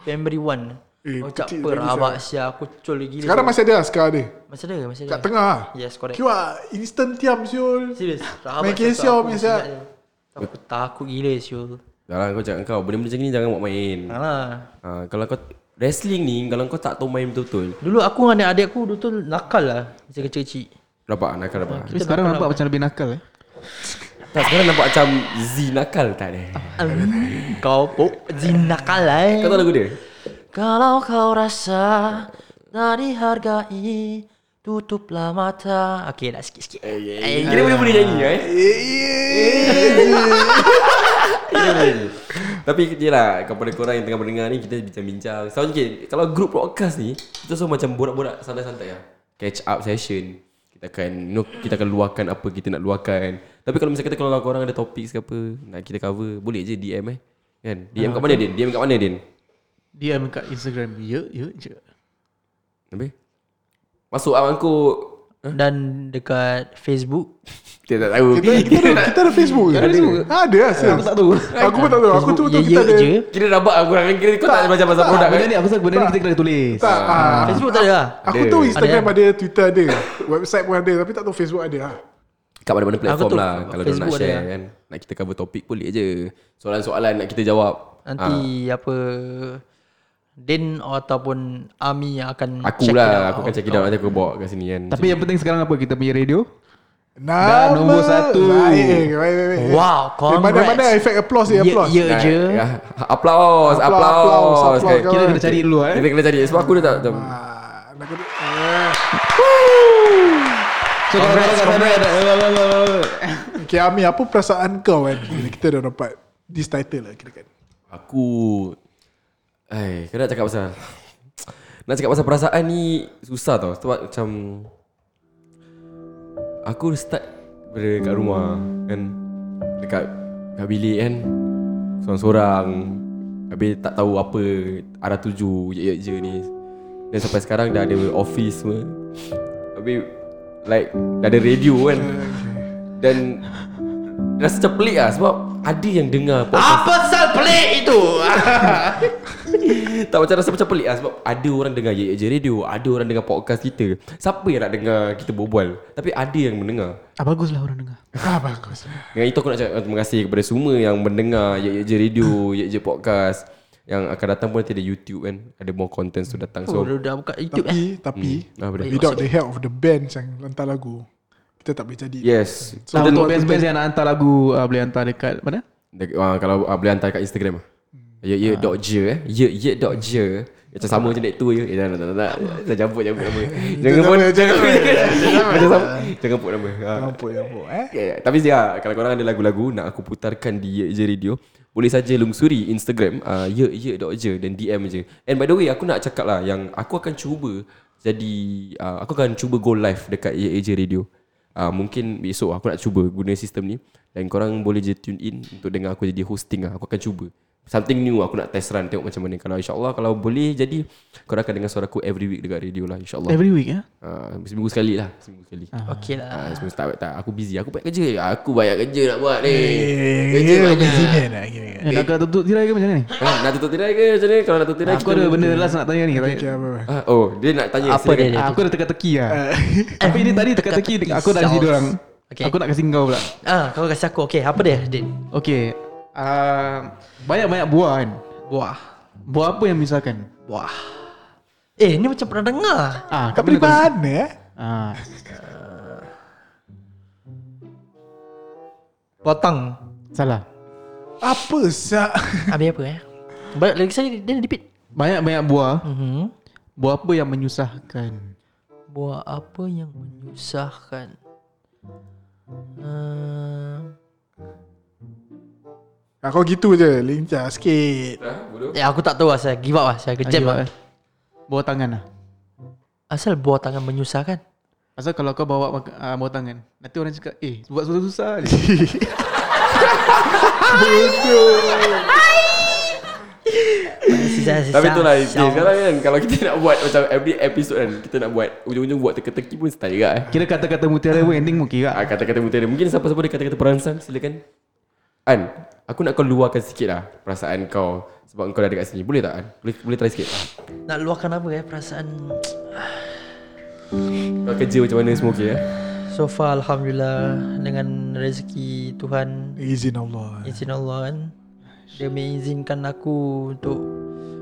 Speaker 2: primary 1.
Speaker 4: Eh,
Speaker 2: Oh
Speaker 4: kecil
Speaker 2: cakpa
Speaker 4: lagi,
Speaker 2: rabak
Speaker 4: sial.
Speaker 2: sia Aku coli gila
Speaker 4: Sekarang masih ada lah Sekarang ada
Speaker 2: Masih ada Masih ada
Speaker 4: Kat tengah lah
Speaker 2: Yes correct
Speaker 4: Kiwa instant tiam siul
Speaker 2: Serius
Speaker 4: Main
Speaker 2: sia,
Speaker 4: kisau,
Speaker 2: aku
Speaker 4: main
Speaker 2: sejak
Speaker 4: siap.
Speaker 2: dia. Aku takut gila siul
Speaker 5: Dah lah kau cakap kau Benda-benda macam ni jangan buat main
Speaker 2: Alah
Speaker 5: ha, Kalau kau Wrestling ni Kalau kau tak tahu main betul-betul
Speaker 2: Dulu aku dengan adik aku Dulu tu nakal lah Masa kecil-kecil
Speaker 5: Rabak nakal rabak
Speaker 3: Tapi sekarang nampak macam lebih nakal eh
Speaker 5: Tak sekarang nampak macam Z nakal tak ada
Speaker 2: Hmm, Kau pok Jin nakal lah eh
Speaker 5: Kau tahu lagu dia?
Speaker 2: Kalau kau rasa tak dihargai, tutuplah mata. Okey, nak sikit-sikit.
Speaker 4: ya,
Speaker 5: Eh, kira boleh-boleh nyanyi eh Kira boleh nyanyi. Tapi je lah Kepada korang yang tengah mendengar ni Kita bincang-bincang Sound sikit Kalau group podcast ni Kita semua macam borak-borak Santai-santai lah Catch up session Kita akan you know, Kita akan luahkan apa Kita nak luahkan Tapi kalau misalnya kita Kalau korang ada topik ke apa Nak kita cover Boleh je DM eh Kan DM kat mana Din? DM kat mana Din?
Speaker 3: DM kat Instagram Ya ya je
Speaker 5: Habis? Masuk abang aku
Speaker 2: Dan dekat Facebook,
Speaker 5: Kita tak tahu
Speaker 4: Kita, kita, ada, kita ada Facebook ke? Ada, ada. ada lah Aku tak tahu Aku pun tak tahu Aku tu
Speaker 2: eh, Facebook
Speaker 4: tu
Speaker 2: ye
Speaker 4: kita
Speaker 2: ye
Speaker 4: ada
Speaker 2: je.
Speaker 5: Kira rabak aku orang kira kau tak macam pasal produk
Speaker 3: Benda
Speaker 5: kan.
Speaker 3: ni aku rasa Eh, benda ni kita kena tulis
Speaker 4: Tak ah,
Speaker 2: Facebook tak ada lah.
Speaker 4: Aku tu Instagram ada Twitter ada Website pun ada Tapi tak tahu Facebook ada lah
Speaker 5: Kat mana-mana
Speaker 2: Aku
Speaker 5: platform
Speaker 2: tahu
Speaker 5: lah kalau dia nak
Speaker 2: Facebook ada
Speaker 5: share
Speaker 2: lah.
Speaker 5: kan. Nak kita cover topik boleh je. Soalan-soalan nak kita jawab.
Speaker 2: Nanti apa Din ataupun Ami yang akan
Speaker 5: Aku lah aku akan check it
Speaker 2: Oh.
Speaker 5: out nanti aku bawa kat sini kan.
Speaker 3: Tapi yang penting sekarang apa Kita punya radio
Speaker 4: Nama
Speaker 3: nombor satu.
Speaker 4: Baik, baik, baik.
Speaker 2: Wow,
Speaker 4: Eh,
Speaker 2: congrats.
Speaker 4: Mana-mana efek applause dia
Speaker 2: Ya,
Speaker 4: applause
Speaker 2: ya je.
Speaker 5: Applause, applause.
Speaker 4: Applause, applause,
Speaker 5: Okay.
Speaker 4: kawan.
Speaker 3: Kita kena cari dulu eh
Speaker 5: Kita kena cari sebab aku dah tak macam
Speaker 4: Ah, nak kena- eh.
Speaker 3: So kalau kalau kat sana ada
Speaker 4: Okay Ami Apa perasaan kau kan Bila kita dah dapat This title lah kira kan
Speaker 5: aku ai kau nak cakap pasal nak cakap pasal perasaan ni susah tau sebab macam aku start berada kat rumah kan dekat kat bilik kan seorang-seorang habis tak tahu apa arah tuju ye je ni dan sampai sekarang dah ada office semua habis like dah ada radio kan dan rasa macam pelik lah sebab ada yang dengar podcast
Speaker 2: Apa sal pelik itu?
Speaker 5: tak macam rasa macam pelik lah Sebab ada orang dengar Ye Ye Je Radio Ada orang dengar podcast kita Siapa yang nak dengar kita berbual Tapi ada yang mendengar
Speaker 3: Ah baguslah orang dengar
Speaker 4: Ah bagus
Speaker 5: Dengan itu aku nak cakap terima kasih kepada semua yang mendengar Ye Ye Je Radio Ye Ye Je Podcast Yang akan datang pun nanti ada YouTube kan Ada more contents tu datang
Speaker 2: Oh,
Speaker 5: So
Speaker 2: dah buka YouTube eh.
Speaker 4: Tapi Tapi
Speaker 5: ah, boleh.
Speaker 4: Without the help of the band Yang lantar lagu Kita tak boleh jadi
Speaker 5: Yes
Speaker 3: So untuk band-band yang nak hantar lagu ah, Boleh hantar dekat mana
Speaker 5: Dek- ah, Kalau ah, boleh hantar kat Instagram lah Ye Ye dot je eh Ye Ye dot je macam sama macam dek tu je Eh jangan tak tak tak Dah jambut jambut nama Jangan pun Jangan pun Macam sama Jangan pun nama Ah.
Speaker 4: Nampak nampak eh
Speaker 5: Okay, tapi ya, kalau korang ada lagu-lagu nak aku putarkan di Ye Je Radio, boleh saja lungsuri Instagram uh, ye ye dot je dan DM je. And by the way, aku nak cakap lah yang aku akan cuba jadi uh, aku akan cuba go live dekat Ye Ye Je Radio. Uh, mungkin besok aku nak cuba guna sistem ni dan korang boleh je tune in untuk dengar aku jadi hosting lah. Aku akan cuba. Something new aku nak test run tengok macam mana. Kalau insyaAllah kalau boleh jadi korang akan dengar suara aku every week dekat radio lah insyaAllah.
Speaker 3: Every week ya
Speaker 5: Uh, seminggu sekali lah, seminggu sekali.
Speaker 2: Okey lah.
Speaker 5: Ah, semua tak, tak aku busy. Aku banyak kerja. Aku banyak kerja nak buat ni. Kerja
Speaker 4: Kira
Speaker 5: banyak.
Speaker 4: busy man lah kira kan
Speaker 3: Eh, Nak kena tutup tirai ke macam mana ni
Speaker 5: Ha, nak tutup tirai ke macam ni? Kalau nak tutup tirai
Speaker 3: Aku ada benda last nak tanya ni kata.
Speaker 4: Okay apa apa
Speaker 5: Ah, oh, dia nak tanya
Speaker 2: Apa dia ni?
Speaker 3: Ah, Aku ada teka-teki lah Tapi ini tadi teka-teki dekat- Aku dah kasi
Speaker 2: Saus.
Speaker 3: dorang
Speaker 2: Okay.
Speaker 3: Aku nak kasi kau pula
Speaker 2: Ah, kau kasi aku. Okey, apa dia, Din?
Speaker 3: Okay ah, Banyak-banyak buah kan
Speaker 2: Wah.
Speaker 3: Buah apa yang misalkan
Speaker 2: Wah. Eh, ni macam pernah dengar.
Speaker 3: Ah,
Speaker 4: Kau beli
Speaker 3: tahu-
Speaker 4: bahan eh
Speaker 3: Ah,
Speaker 2: Potong.
Speaker 3: Salah
Speaker 4: Apa sak
Speaker 2: Habis apa eh? Balik lagi saya dia repeat.
Speaker 3: Banyak-banyak buah
Speaker 2: Mhm.
Speaker 3: Buah apa yang menyusahkan
Speaker 2: Buat apa yang menyusahkan? Uh,
Speaker 4: Ah, Kau gitu je Lincah sikit
Speaker 5: Ha, bodoh.
Speaker 2: eh aku tak tahu lah saya give up lah saya kejam
Speaker 3: Ah,
Speaker 2: lah.
Speaker 3: Buah tangan lah
Speaker 2: Asal buah tangan menyusahkan?
Speaker 3: Asal kalau kau bawa mak- ah, buah tangan Nanti orang cakap Eh buat susah-susah ni
Speaker 2: Eh,
Speaker 5: Tapi itulah dia sekarang kan kalau kita nak buat macam every episode kan kita nak buat ujung-ujung buat teka-teki pun style juga eh.
Speaker 3: Kira kata-kata mutiara pun ending mungkin
Speaker 5: Ah,
Speaker 3: kira
Speaker 5: kata-kata mutiara mungkin siapa-siapa ada kata-kata perangsang silakan. An, aku nak kau luahkan sikit lah perasaan kau sebab kau dah dekat sini. Boleh tak An? Boleh, boleh try sikit?
Speaker 2: Nak luahkan apa eh perasaan
Speaker 5: Kau kerja macam mana semua okay eh?
Speaker 2: So far Alhamdulillah Dengan rezeki Tuhan
Speaker 4: Izin Allah
Speaker 2: Izin Allah kan Dia mengizinkan aku untuk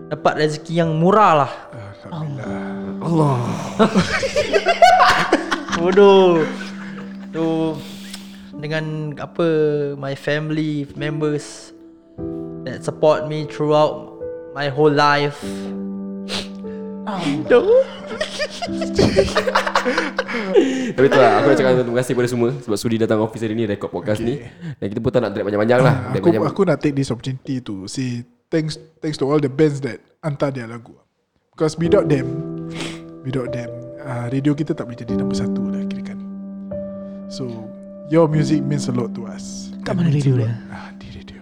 Speaker 2: Dapat rezeki yang murah lah Allah Allah Bodoh Tu Dengan apa My family members That support me throughout My whole life
Speaker 5: Tapi tu lah, aku nak cakap terima kasih kepada semua sebab sudi datang office hari ni rekod podcast okay. ni. Dan kita pun tak nak drag panjang-panjang lah. Drag
Speaker 4: Aku
Speaker 5: panjang.
Speaker 4: aku nak take this opportunity to say thanks thanks to all the bands that hantar dia lagu. Because without them, without them, uh, radio kita tak boleh jadi nombor satu lah kira kan. So your music means a lot to us.
Speaker 8: Kat
Speaker 4: And
Speaker 8: mana
Speaker 4: means a
Speaker 8: radio
Speaker 4: lot-
Speaker 8: dia?
Speaker 4: Ah, di radio.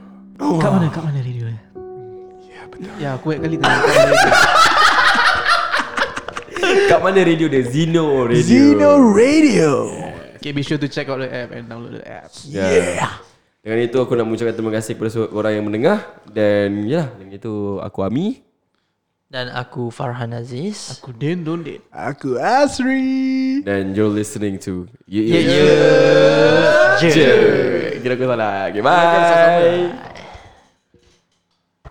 Speaker 8: Kat mana kat mana radio eh? dia?
Speaker 4: Ya betul.
Speaker 3: Ya aku banyak kali tanya
Speaker 5: Kat mana radio dia? Zino radio.
Speaker 4: Zeno Radio.
Speaker 3: Okay be sure to check out the app And download the app
Speaker 5: Yeah. yeah. Ya. Dengan itu aku nak mengucapkan terima kasih kepada semua orang yang mendengar dan yalah dengan itu aku Ami.
Speaker 2: Dan aku Farhan Aziz
Speaker 3: Aku din don't date
Speaker 4: Aku Asri.
Speaker 5: Dan you're listening to
Speaker 3: Ya.
Speaker 5: Ye Ye
Speaker 2: Yeah, yeah.
Speaker 5: Je. Kira aku salah. Okay, bye.